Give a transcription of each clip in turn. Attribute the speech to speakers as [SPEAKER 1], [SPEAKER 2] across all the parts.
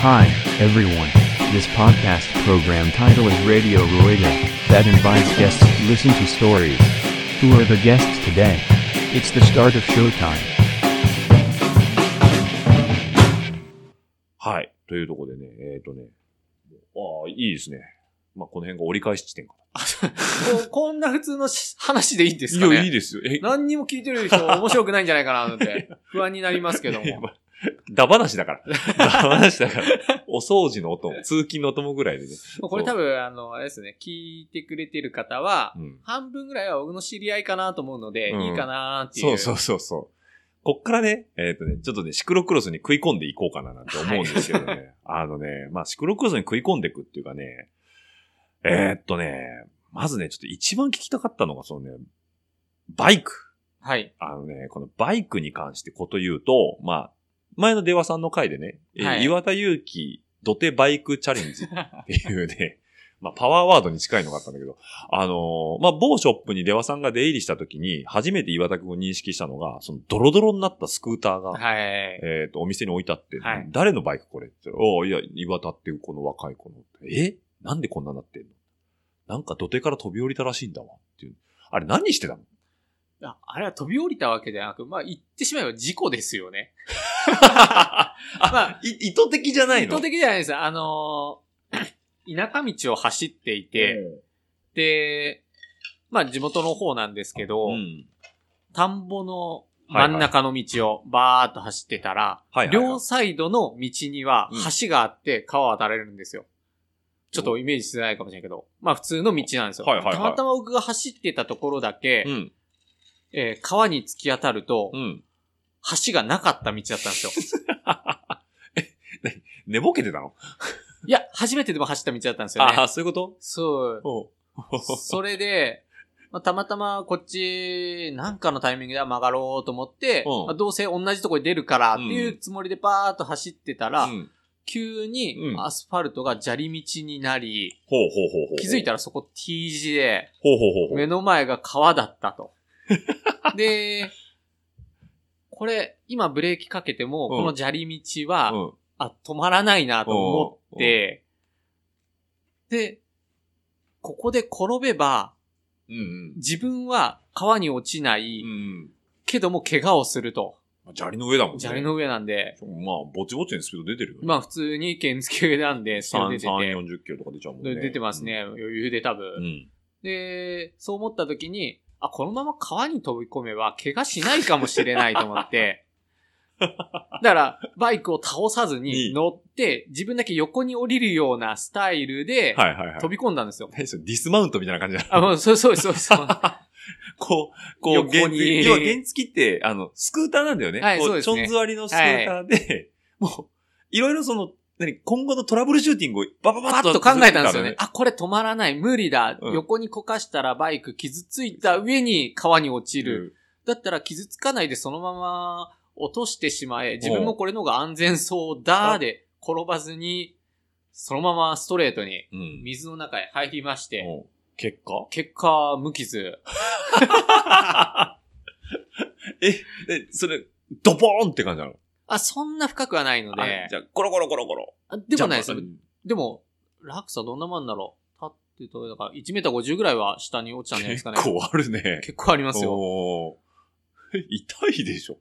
[SPEAKER 1] Hi, everyone. This podcast program title is Radio Rueda, that invites guests to listen to stories. Who are the guests today? It's the start of showtime.
[SPEAKER 2] はい。というところでね、えっ、とね、ああ、いいですね。まあ、この辺が折り返し地点か
[SPEAKER 3] こうこんな普通のし話でいいんで
[SPEAKER 2] な。
[SPEAKER 3] すか
[SPEAKER 2] いや、いい
[SPEAKER 3] ね
[SPEAKER 2] ですよ。え、
[SPEAKER 3] 何にも聞いてる 人面白くないんじゃないかなって不安になりますけど
[SPEAKER 2] いや
[SPEAKER 3] も。
[SPEAKER 2] まあダバなしだ から。ダバなしだから。お掃除の音、通勤の音もぐらいでね。
[SPEAKER 3] これ多分、あの、あれですね、聞いてくれてる方は、
[SPEAKER 2] うん。
[SPEAKER 3] 半分ぐらいは僕の知り合いかなと思うので、
[SPEAKER 2] うん
[SPEAKER 3] いいかなっていう。
[SPEAKER 2] そうそうそうそう。こっからね、えっ、とね、ちょっとね、シクロクロスに食い込んでいこうかななんて思うんですけどね。 あのね、まあ、シクロクロスに食い込んでいくっていうかね、えーっとね、まずね、ちょっと一番聞きたかったのが、そのね、バイク。
[SPEAKER 3] はい。
[SPEAKER 2] あのね、このバイクに関してこと言うと、まあ、前の出羽さんの回でね、えー
[SPEAKER 3] はい
[SPEAKER 2] 岩田祐希土手バイクチャレン ジっていうね、まあ、パワーワードに近いのがあったんだけど、あのーまあ、某ショップに出羽さんが出入りした時に、初めて岩田君を認識したのが、そのドロドロになったスクーターが、
[SPEAKER 3] はい。
[SPEAKER 2] えっ、と、お店に置いてあって、
[SPEAKER 3] はい
[SPEAKER 2] 誰のバイクこれって言ったら、おういや、岩田っていうこの若い子の。えなんでこんなになってんのなんか土手から飛び降りたらしいんだわ。っていう。あれ何してたの
[SPEAKER 3] ああれは飛び降りたわけじゃなく、まあ言ってしまえば事故です よね。ま
[SPEAKER 2] い意図的じゃ
[SPEAKER 3] あ、
[SPEAKER 2] ない
[SPEAKER 3] 意
[SPEAKER 2] の
[SPEAKER 3] 図的じゃないです。あのー田舎道を走っていて、で、まあ地元の方なんですけど、
[SPEAKER 2] うん
[SPEAKER 3] 田んぼの真ん中の道をバーっと走ってたら、
[SPEAKER 2] はいはいはい
[SPEAKER 3] 両サイドの道には
[SPEAKER 2] うん
[SPEAKER 3] 橋があって川を渡れるんですよ。ちょっとイメージしづらいかもしれないけど、まあ普通の道なんですよ。
[SPEAKER 2] はいはいはい
[SPEAKER 3] たまたま僕が走ってたところだけ、
[SPEAKER 2] うん。
[SPEAKER 3] えー川に突き当たると、
[SPEAKER 2] うん。
[SPEAKER 3] 橋がなかった道だったん ですよ。
[SPEAKER 2] 寝ぼけてたの、
[SPEAKER 3] いや、初めてでも走った道だったんですよ
[SPEAKER 2] あ
[SPEAKER 3] ね。
[SPEAKER 2] あ、そういうこと
[SPEAKER 3] そう。
[SPEAKER 2] お
[SPEAKER 3] それで、まあ、たまたまこっち、なんかのタイミングでは曲がろうと思って、
[SPEAKER 2] うん
[SPEAKER 3] まあどうせ同じとこに出るからっていううんつもりでバーっと走ってたら、
[SPEAKER 2] うん
[SPEAKER 3] 急に
[SPEAKER 2] うん
[SPEAKER 3] アスファルトが砂利道になり、
[SPEAKER 2] ほうほうほうほう。
[SPEAKER 3] 気づいたらそこ T 字で、
[SPEAKER 2] ほうほうほうほう。
[SPEAKER 3] 目の前が川だった と。で、これ、今ブレーキかけて
[SPEAKER 2] うん
[SPEAKER 3] も、この砂利道は、
[SPEAKER 2] うん
[SPEAKER 3] あ、止まらないなと思って、で、ここで転べば、
[SPEAKER 2] うん
[SPEAKER 3] 自分は川に落ちない、
[SPEAKER 2] うん。
[SPEAKER 3] けども怪我をすると。
[SPEAKER 2] うん。砂利の上だもんね。
[SPEAKER 3] 砂利の上なんで、
[SPEAKER 2] まあ、ぼちぼちにスピード出てるよね。
[SPEAKER 3] まあ普通に原付なんで、そ
[SPEAKER 2] 3、
[SPEAKER 3] れ出て
[SPEAKER 2] 3、
[SPEAKER 3] て、
[SPEAKER 2] 40キロとか出ちゃうもんね。
[SPEAKER 3] 出てますね、余裕で多
[SPEAKER 2] うん。う
[SPEAKER 3] 分。
[SPEAKER 2] ん。
[SPEAKER 3] で、そう思った時に、あ、このまま川に飛び込めば怪我しないかもしれないと思 って、だから、バイクを倒さず
[SPEAKER 2] いい
[SPEAKER 3] に乗って、自分だけ横に降りるようなスタイルで、
[SPEAKER 2] はいはいはい。
[SPEAKER 3] 飛び込んだんですよ。
[SPEAKER 2] 何それディスマウントみたいな感じだ。
[SPEAKER 3] あ、もう、そうそうそうそう。
[SPEAKER 2] こう、こう、
[SPEAKER 3] 横に
[SPEAKER 2] 原付要は原付って、あの、スクーターなんだよね。
[SPEAKER 3] はい
[SPEAKER 2] こ
[SPEAKER 3] そうですね
[SPEAKER 2] ちょん座りのスクーターで、もう、いろいろその、何、今後のトラブルシューティングをバババ
[SPEAKER 3] パ
[SPEAKER 2] ッ
[SPEAKER 3] ッ
[SPEAKER 2] と
[SPEAKER 3] と考えたんですよね。
[SPEAKER 2] あ
[SPEAKER 3] あ、これ止まらない。無理だ。
[SPEAKER 2] うん
[SPEAKER 3] 横にこかしたらバイク傷ついた上に川に落ちる。
[SPEAKER 2] る。
[SPEAKER 3] だったら傷つかないでそのまま落としてしまえ。自分もこれの方が安全そうだ。で、転ばずに、そのままストレートに
[SPEAKER 2] うん。
[SPEAKER 3] 水の中へ入りまして、
[SPEAKER 2] うん結果
[SPEAKER 3] 結果、無傷。
[SPEAKER 2] え、それ、ドボーンって感じなの
[SPEAKER 3] あ、そんな深くはないので
[SPEAKER 2] あ。じゃあ、コロコロコロコロ。
[SPEAKER 3] あでもないです
[SPEAKER 2] ジャ。
[SPEAKER 3] でも、落差どんなもんだろう。立ってと、だから1メーター50ぐらいは下に落ちたんじゃないです
[SPEAKER 2] ンパ
[SPEAKER 3] かね。
[SPEAKER 2] 結構あるね。
[SPEAKER 3] 結構ありますよ。
[SPEAKER 2] よ。え痛いでしょ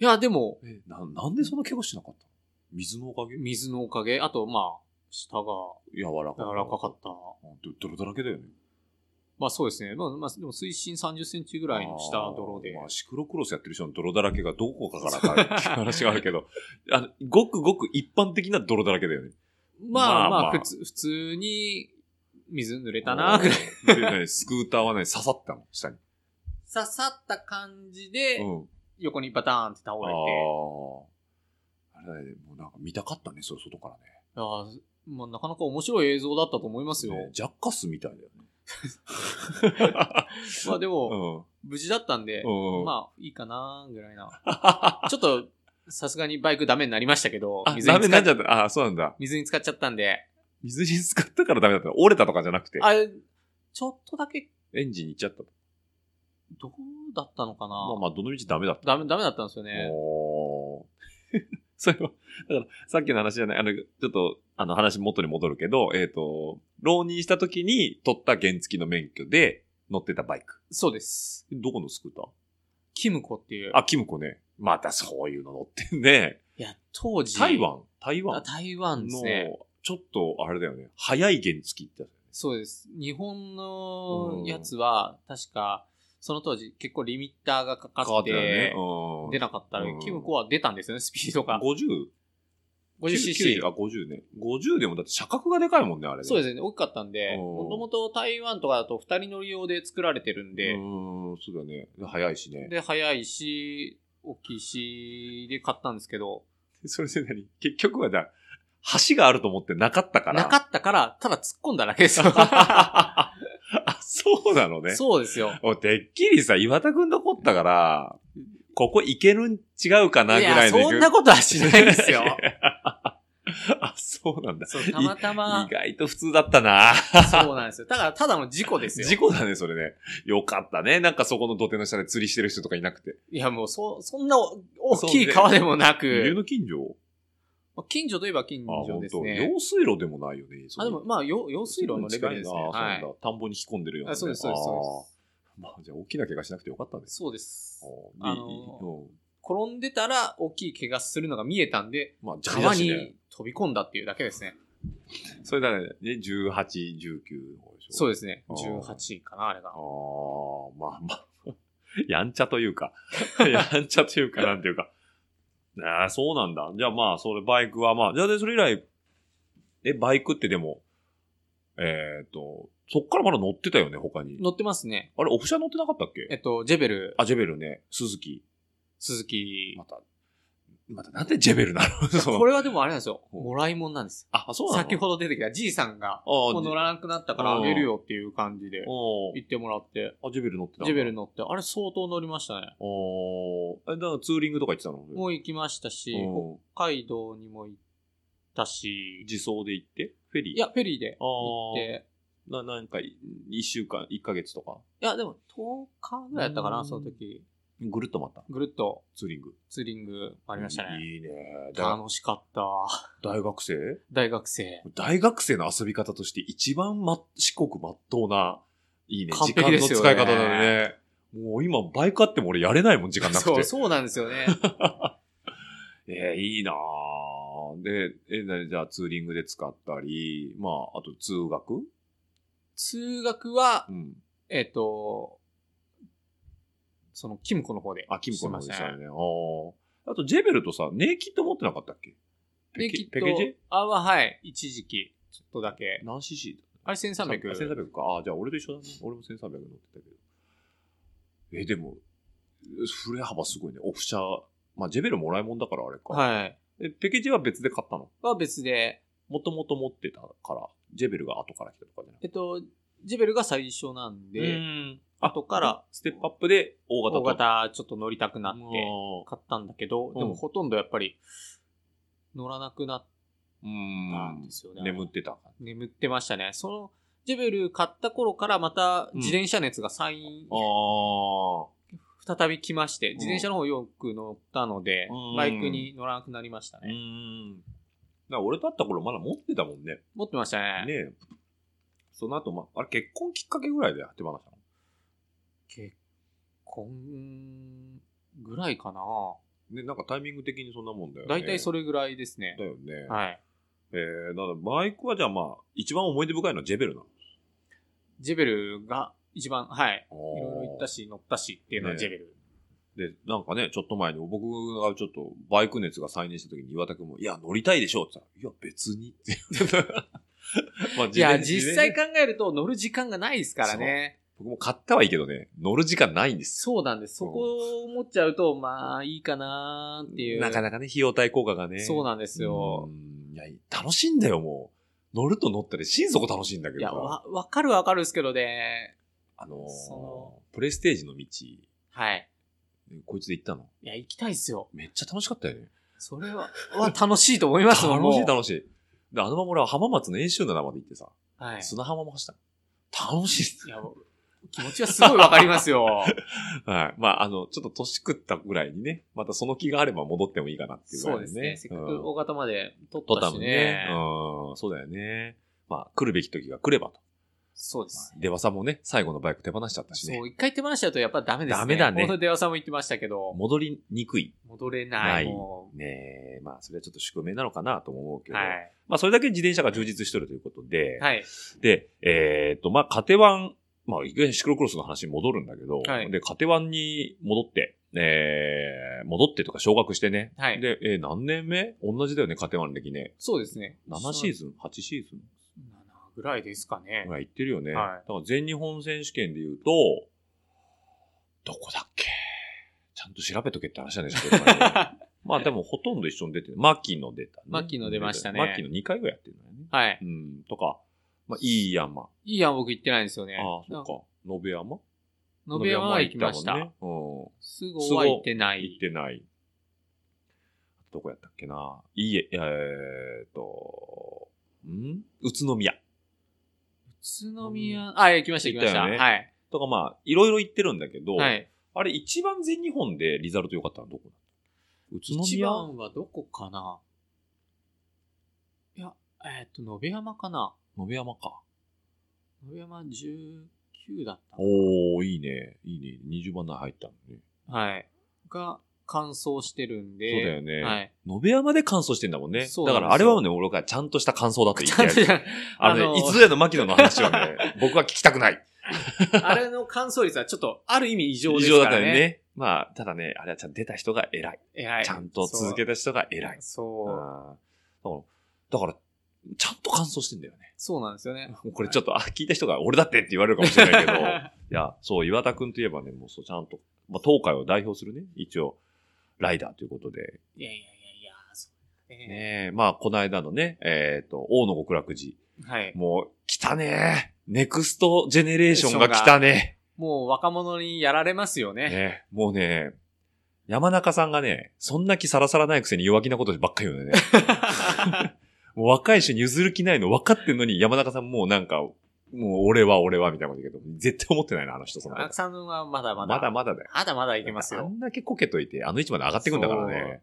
[SPEAKER 3] いや、でも、
[SPEAKER 2] えな、なんでそんな怪我しなかったの水のおかげ
[SPEAKER 3] 水のおかげ、あと、まあ、舌が
[SPEAKER 2] 柔らか
[SPEAKER 3] 柔らかか
[SPEAKER 2] っ
[SPEAKER 3] った。
[SPEAKER 2] た。うんど泥だらけだよね。
[SPEAKER 3] まあそうですね。まあ、まあ、でも水深30センチぐらいの下泥で
[SPEAKER 2] あー。まあ、シクロクロスやってる人の泥だらけがどこかからか っていう話があるけど、あの、ごくごく一般的な泥だらけだよね。ま
[SPEAKER 3] ま
[SPEAKER 2] あ
[SPEAKER 3] あま
[SPEAKER 2] まあ
[SPEAKER 3] あ、普通、普通に水濡れたな、ぐらい。
[SPEAKER 2] い。で何スクーターはね、刺さったの下に。
[SPEAKER 3] 刺さった感じで、
[SPEAKER 2] うん。
[SPEAKER 3] 横にバターンって倒れ
[SPEAKER 2] あ
[SPEAKER 3] て。
[SPEAKER 2] あ。あれだね、もうなんか見たかったね、それ外からね。
[SPEAKER 3] いやーまあ、なかなか面白い映像だったと思いますよ。
[SPEAKER 2] ねジャッカスみたいだよね。
[SPEAKER 3] まあでも、
[SPEAKER 2] う
[SPEAKER 3] 無事だったんで、
[SPEAKER 2] ん。うん。
[SPEAKER 3] まあ、いいかな、ぐらいな。
[SPEAKER 2] あ、
[SPEAKER 3] ちょっと、さすがにバイクダメになりましたけど、水
[SPEAKER 2] ダメ
[SPEAKER 3] に浸
[SPEAKER 2] にな
[SPEAKER 3] かっ
[SPEAKER 2] っちゃった。あ、そうなんだ。
[SPEAKER 3] 水に浸かっちゃったんで、
[SPEAKER 2] 水に浸かったからダメだったの。折れたとかじゃなくて、
[SPEAKER 3] あれ、ちょっとだけ、
[SPEAKER 2] エンジンに行っちゃったと。
[SPEAKER 3] どうだったのかな、
[SPEAKER 2] まあまあ、どの道ダメだった。
[SPEAKER 3] ダメ、ダメだったんですよね。
[SPEAKER 2] おー それは、だから、さっきの話じゃない、あの、ちょっと、あの、話元に戻るけど、えっ、と、浪人した時に取った原付の免許で乗ってたバイク。
[SPEAKER 3] そうです。
[SPEAKER 2] どこのスクーター
[SPEAKER 3] キムコっていう。
[SPEAKER 2] あ、キムコね。またそういうの乗ってんね。
[SPEAKER 3] いや、当時。
[SPEAKER 2] 台湾台
[SPEAKER 3] あ
[SPEAKER 2] 湾
[SPEAKER 3] 台湾ですね。
[SPEAKER 2] の、ちょっと、あれだよね。早い原付ってやつだよね。
[SPEAKER 3] そうです。日本のやつは、確か、その当時結構リミッターがかか
[SPEAKER 2] 変わっ
[SPEAKER 3] って
[SPEAKER 2] たよね
[SPEAKER 3] て、。
[SPEAKER 2] うん
[SPEAKER 3] 出なかったら、
[SPEAKER 2] うん
[SPEAKER 3] キムコは出たんですよね、スピードが。
[SPEAKER 2] 50?
[SPEAKER 3] 50cc
[SPEAKER 2] 90。あ、50ね。50でもだって車格がでかいもんね、あれね。
[SPEAKER 3] そうですすね、大きかったんで、
[SPEAKER 2] うん
[SPEAKER 3] もともと台湾とかだと2人乗り用で作られてるんで
[SPEAKER 2] う、ーん、そうだよね。早いしね。
[SPEAKER 3] で、早いし、大きいし、で買ったんですけど、
[SPEAKER 2] それで何結局はだ、橋があると思ってなかったから。
[SPEAKER 3] なかったから、ただ突っ込んだだけですよ。
[SPEAKER 2] あ、 そうな のね。
[SPEAKER 3] そうですよ。
[SPEAKER 2] おてっきりさ、岩田くん残ったから、ここ行けるん違うかなぐ
[SPEAKER 3] い
[SPEAKER 2] ら
[SPEAKER 3] や、
[SPEAKER 2] いの勢い。。
[SPEAKER 3] そんなことはしないですよ
[SPEAKER 2] あ、そうなんだ。
[SPEAKER 3] そう、たまたま
[SPEAKER 2] 意、外と普通だったな。
[SPEAKER 3] そうなんですよ。だから、ただの事故ですよ。
[SPEAKER 2] 事故だね、それね。よかったね。なんかそこの土手の下で釣りしてる人とかいなくて。
[SPEAKER 3] いや、もう、そ、そんな大きい川でもな
[SPEAKER 2] 家
[SPEAKER 3] く、
[SPEAKER 2] の近所
[SPEAKER 3] まあ近所といえば近
[SPEAKER 2] あ、
[SPEAKER 3] 所
[SPEAKER 2] 本
[SPEAKER 3] です
[SPEAKER 2] 当。
[SPEAKER 3] ね。
[SPEAKER 2] 用水路でもないよね。
[SPEAKER 3] あ、でも、まあ、用用水路のレベルですね。
[SPEAKER 2] あそう
[SPEAKER 3] は
[SPEAKER 2] なん
[SPEAKER 3] い
[SPEAKER 2] だ。。田んぼに引き込んでるようなね。
[SPEAKER 3] あそうです、そうです、そうで
[SPEAKER 2] あ
[SPEAKER 3] す。
[SPEAKER 2] ーまあ、じゃあ大きな怪我しなくてよかったです。
[SPEAKER 3] そうです。
[SPEAKER 2] あー
[SPEAKER 3] あ
[SPEAKER 2] で
[SPEAKER 3] のー
[SPEAKER 2] うん
[SPEAKER 3] 転んでたら大きい怪我するのが見えたんで、
[SPEAKER 2] まあ、邪
[SPEAKER 3] 川
[SPEAKER 2] 魔だしね
[SPEAKER 3] に飛び込んだっていうだけですね。
[SPEAKER 2] それだね、18、19の方でしょ。
[SPEAKER 3] そう
[SPEAKER 2] う
[SPEAKER 3] ですね。
[SPEAKER 2] あー
[SPEAKER 3] 18かな、あれが
[SPEAKER 2] あ。あ、まあ まあ。やんちゃというか。 やんちゃというか、なんていうか。ああ、そうなんだ。じゃあまあ、それ、バイクはまあ、じゃあで、それ以来、え、バイクってでも、えっ、と、そっからまだ乗ってたよね、他に。
[SPEAKER 3] 乗ってますね。
[SPEAKER 2] あれ、オフ車乗ってなかったっけ
[SPEAKER 3] えっと、ジェベル、
[SPEAKER 2] あ、ジェベルね。鈴木。
[SPEAKER 3] 鈴木
[SPEAKER 2] ま。た、またなんでジェベルなのその
[SPEAKER 3] これはでもあれなんですよ。
[SPEAKER 2] ほう
[SPEAKER 3] もらいもんなんです。
[SPEAKER 2] あ、そうなの
[SPEAKER 3] 先ほど出てきたじいさんが、
[SPEAKER 2] ど
[SPEAKER 3] もう乗らなくなったからあげるよっていう感じで、
[SPEAKER 2] おー
[SPEAKER 3] 行ってもらって、
[SPEAKER 2] あ、ジェベル乗ってた。
[SPEAKER 3] ジェベル。乗って、あれ相当乗りましたね。
[SPEAKER 2] おーえ、だからツーリングとか行ってたの
[SPEAKER 3] もう行きましたし、
[SPEAKER 2] うん
[SPEAKER 3] 北海道にも行ったし、
[SPEAKER 2] 自走で行ってフェリー
[SPEAKER 3] いや、フェリーで
[SPEAKER 2] あ
[SPEAKER 3] 行っ
[SPEAKER 2] ー
[SPEAKER 3] て、
[SPEAKER 2] な、なんか、い一週間、一ヶ月とか。
[SPEAKER 3] いや、でも10日ぐらいやったか
[SPEAKER 2] う
[SPEAKER 3] な、
[SPEAKER 2] ん
[SPEAKER 3] その時。
[SPEAKER 2] ぐるっとまた。
[SPEAKER 3] ぐるっと
[SPEAKER 2] ツーリング。
[SPEAKER 3] ツーリングありましたね。
[SPEAKER 2] いいね。だ
[SPEAKER 3] 楽しかった。
[SPEAKER 2] 大学生
[SPEAKER 3] 大学生。
[SPEAKER 2] 大学生の遊び方として一番ま、四国まっとうな、いいね。
[SPEAKER 3] 完
[SPEAKER 2] 時間
[SPEAKER 3] 璧で
[SPEAKER 2] の
[SPEAKER 3] す
[SPEAKER 2] 使
[SPEAKER 3] よね
[SPEAKER 2] い方だよね。もう今、バイクあっても俺やれないもん、時間なくて。
[SPEAKER 3] そう、そうなんですよ ね。
[SPEAKER 2] えー、いいなぁ。で、え、なじゃあツーリングで使ったり、まあ、あと通学
[SPEAKER 3] 通学は
[SPEAKER 2] う、ん。
[SPEAKER 3] えっ、と、その、キムコの方で。
[SPEAKER 2] あ、キムコの方でしたよね。
[SPEAKER 3] ね。
[SPEAKER 2] あーあと、ジェベルとさ、ネイキッド持ってなかったっけ
[SPEAKER 3] で、
[SPEAKER 2] ペ
[SPEAKER 3] き
[SPEAKER 2] キ
[SPEAKER 3] っ
[SPEAKER 2] ペケジェ
[SPEAKER 3] と、あ、ははい、一時期、ちょっとだけ。
[SPEAKER 2] 何 cc?
[SPEAKER 3] あれ1300。
[SPEAKER 2] 1300か。あーじゃあ俺と一緒だね。俺も1300乗ってたけど。え、でも、振れ幅すごいね。オフ車。まあ、ジェベルもらいもんだからあれか。
[SPEAKER 3] はい。
[SPEAKER 2] え、ペケジェは別で買ったの
[SPEAKER 3] は別で、
[SPEAKER 2] もともと持ってたから、ジェベルが後から来たとかじゃなくて。
[SPEAKER 3] えっと、ジェベルが最初なんで、
[SPEAKER 2] あ
[SPEAKER 3] 後から
[SPEAKER 2] ステップアップで大型
[SPEAKER 3] 大
[SPEAKER 2] と
[SPEAKER 3] 型ちょっと乗りたくなって
[SPEAKER 2] う、
[SPEAKER 3] 買ったんだけど、
[SPEAKER 2] ん
[SPEAKER 3] でもほとんどやっぱり、乗らなくなっ
[SPEAKER 2] ん。
[SPEAKER 3] ですよね
[SPEAKER 2] 眠ってた。
[SPEAKER 3] 眠ってましたね。その、ジェベル買った頃からまた自転車熱が再、
[SPEAKER 2] あ。
[SPEAKER 3] 再び来まし
[SPEAKER 2] ん
[SPEAKER 3] て、自転車の方よく乗ったので
[SPEAKER 2] うん、
[SPEAKER 3] バイクに乗らなくなりました
[SPEAKER 2] う
[SPEAKER 3] ね。
[SPEAKER 2] ん。だから俺と会った頃まだ持ってたもんね。
[SPEAKER 3] 持ってましたね。
[SPEAKER 2] ねえその後、まあ、あれ結婚きっかけぐらいで手放したの
[SPEAKER 3] 結婚ぐらいかな。
[SPEAKER 2] ね、なんかタイミング的にそんなもんだよね。
[SPEAKER 3] だいたいそれぐらいですね
[SPEAKER 2] だ。よね。
[SPEAKER 3] はい。
[SPEAKER 2] えー、なのでバイクはじゃあまあ、一番思い出深いのはジェベルなの。
[SPEAKER 3] ジェベルが一番、はい。い
[SPEAKER 2] い
[SPEAKER 3] ろいろ行ったし、乗ったしっていうのは
[SPEAKER 2] ね
[SPEAKER 3] ジェベル。
[SPEAKER 2] で、なんかね、ちょっと前に僕がちょっとバイク熱が再燃した時に岩田くんも、いや、乗りたいでしょって言ったら、いや、別に って言ってた。まあ
[SPEAKER 3] いや、実際
[SPEAKER 2] か。
[SPEAKER 3] 考えると乗る時間がないですからね。
[SPEAKER 2] 僕も買ったはいいけどね、乗る時間ないんです。
[SPEAKER 3] そうなんです。そこを思っちゃうと、まあ、いいかなーっていう。
[SPEAKER 2] なかなかね、費用対効果がね。
[SPEAKER 3] そう
[SPEAKER 2] なん
[SPEAKER 3] なんですよ。。
[SPEAKER 2] いや、楽しいんだよ、もう。乗ると乗ったり、心底楽しいんだけ
[SPEAKER 3] い
[SPEAKER 2] ど
[SPEAKER 3] や、
[SPEAKER 2] さ。
[SPEAKER 3] わ、わかるわかるですけどね。
[SPEAKER 2] あのー
[SPEAKER 3] その
[SPEAKER 2] プレステージの道、
[SPEAKER 3] はい。
[SPEAKER 2] こいつで行ったの。
[SPEAKER 3] いや、行きたいですよ。
[SPEAKER 2] めっちゃ楽しかったよね。
[SPEAKER 3] それは、は 楽しいと思いますもん
[SPEAKER 2] 楽しい、
[SPEAKER 3] も
[SPEAKER 2] 楽しい。で、あのまま俺は浜松の演習のまで行ってさ、
[SPEAKER 3] うはい。
[SPEAKER 2] 砂浜も走ったの。楽しいっす
[SPEAKER 3] いや、気持ちはすごいわかります よ。
[SPEAKER 2] はい。まあ、あの、ちょっと年食ったぐらいにね、またその気があれば戻ってもいいかなっていうぐ
[SPEAKER 3] そ
[SPEAKER 2] ら
[SPEAKER 3] う
[SPEAKER 2] い
[SPEAKER 3] です
[SPEAKER 2] ね。
[SPEAKER 3] ね。せっか
[SPEAKER 2] うん
[SPEAKER 3] く大型まで取
[SPEAKER 2] 取
[SPEAKER 3] っ
[SPEAKER 2] った
[SPEAKER 3] た
[SPEAKER 2] も
[SPEAKER 3] し
[SPEAKER 2] ん
[SPEAKER 3] ね
[SPEAKER 2] ね。。うん、そうだよね。まあ、来るべき時が来ればと。
[SPEAKER 3] そうです。
[SPEAKER 2] 出羽さんもね、最後のバイク手放しちゃったしね
[SPEAKER 3] そ。う、一回手放しちゃうとやっぱダメですね。
[SPEAKER 2] ダメだね
[SPEAKER 3] この電話さんも言ってましたけど、
[SPEAKER 2] 戻りにくい。
[SPEAKER 3] 戻れない。
[SPEAKER 2] ない
[SPEAKER 3] もう
[SPEAKER 2] ねえ、まあ、それはちょっと宿命なのかなとも思うけど。
[SPEAKER 3] はい。
[SPEAKER 2] まあ、それだけ自転車が充実してるということで。
[SPEAKER 3] はい。
[SPEAKER 2] で、えーっと、まあ、カテワン、まあ、いきなりシクロクロスの話に戻るんだけど、
[SPEAKER 3] はい
[SPEAKER 2] で、カテワンに戻って、えー、戻ってとか昇格してね。
[SPEAKER 3] はい
[SPEAKER 2] で、えー何年目同じだよね、カテワン歴ね。
[SPEAKER 3] そうですね。
[SPEAKER 2] 7シーズン ?8 シーズン
[SPEAKER 3] 7ぐらいですかね
[SPEAKER 2] ぐ。らい行ってるよね。
[SPEAKER 3] は
[SPEAKER 2] だ
[SPEAKER 3] い
[SPEAKER 2] から全日本選手権で言うと、どこだっけちゃんと調べとけって話 なんですけど、まあでもほとんど一緒に出てる。牧野出たね。
[SPEAKER 3] 牧野出ましたね
[SPEAKER 2] 牧野2回ぐらいやってるんだよね。
[SPEAKER 3] はい。
[SPEAKER 2] うん、とか、まあ、いい山。あ
[SPEAKER 3] いいやん、僕行ってないんですよね。
[SPEAKER 2] あ、そっか。野辺山
[SPEAKER 3] 野辺山は行きました。
[SPEAKER 2] 野辺山行っ
[SPEAKER 3] すぐは行ってな
[SPEAKER 2] たもんねうん。行っ
[SPEAKER 3] い。
[SPEAKER 2] てない。どこやったっけないいえ、えーっと、ん宇都宮。
[SPEAKER 3] 宇都宮、あ、行きました、行きました。
[SPEAKER 2] 行ったよね
[SPEAKER 3] はい。
[SPEAKER 2] とかまあ、いろいろ行ってるんだけど、
[SPEAKER 3] はい。
[SPEAKER 2] あれ一番全日本でリザルト良かったのはどこだ宇都
[SPEAKER 3] 一
[SPEAKER 2] 宮
[SPEAKER 3] 番はどこかないや、えっと、野辺山かな
[SPEAKER 2] 野辺山か。
[SPEAKER 3] 野辺山19だったかな
[SPEAKER 2] おー、いいね。いいね。20番台入ったのね。
[SPEAKER 3] はい。が、乾燥してるんで。
[SPEAKER 2] そうだよね
[SPEAKER 3] はい。
[SPEAKER 2] 野辺山で乾燥してんだもんね。
[SPEAKER 3] そう
[SPEAKER 2] だ
[SPEAKER 3] なん
[SPEAKER 2] か
[SPEAKER 3] ですよ
[SPEAKER 2] らあれはね、俺がちゃんとした感想だと言 ってやる。
[SPEAKER 3] あ
[SPEAKER 2] あの
[SPEAKER 3] あの
[SPEAKER 2] ね、いつぞやの牧野の話は ね、僕は聞きたくない。
[SPEAKER 3] れの乾燥率はちょっと、ある意味異常で
[SPEAKER 2] 以
[SPEAKER 3] す
[SPEAKER 2] 上だ
[SPEAKER 3] か
[SPEAKER 2] った
[SPEAKER 3] ら
[SPEAKER 2] よ
[SPEAKER 3] ね。
[SPEAKER 2] ね。まあ、ただね、あれはちゃんと出た人が偉い。
[SPEAKER 3] 偉い
[SPEAKER 2] ちゃんと続けた人が偉い。うんだ
[SPEAKER 3] そう。
[SPEAKER 2] から、だからちゃんと感想してんだよね。
[SPEAKER 3] そうなんですよね。
[SPEAKER 2] これちょっと、あ、聞いた人が俺だってって言われるかもしれないけど、 いや、そう、岩田くんといえばね、もうそう、ちゃんと、まあ、東海を代表するね、一応、ライダーということで、
[SPEAKER 3] いやいやいやいや、そうね。
[SPEAKER 2] ねえ、まあ、この間のね、えっ、と、大野極楽寺、
[SPEAKER 3] はい。
[SPEAKER 2] もう、来たねネクストジェネレーションが来たね
[SPEAKER 3] もう若者にやられますよね。
[SPEAKER 2] ねもうね、山中さんがね、そんな気さらさらないくせに弱気なことばっかり言う のね。もう若い人に譲る気ないの分かってんのに、山中さんもうなんか、もう俺は俺はみたいなこと言うけど、絶対思ってないな、あの人、その
[SPEAKER 3] 田中さんはまだまだ。
[SPEAKER 2] まだまだだよ。
[SPEAKER 3] まだまだいけます
[SPEAKER 2] あ
[SPEAKER 3] よ。
[SPEAKER 2] んだけこけといて、あの位置まで上がってくんだからね。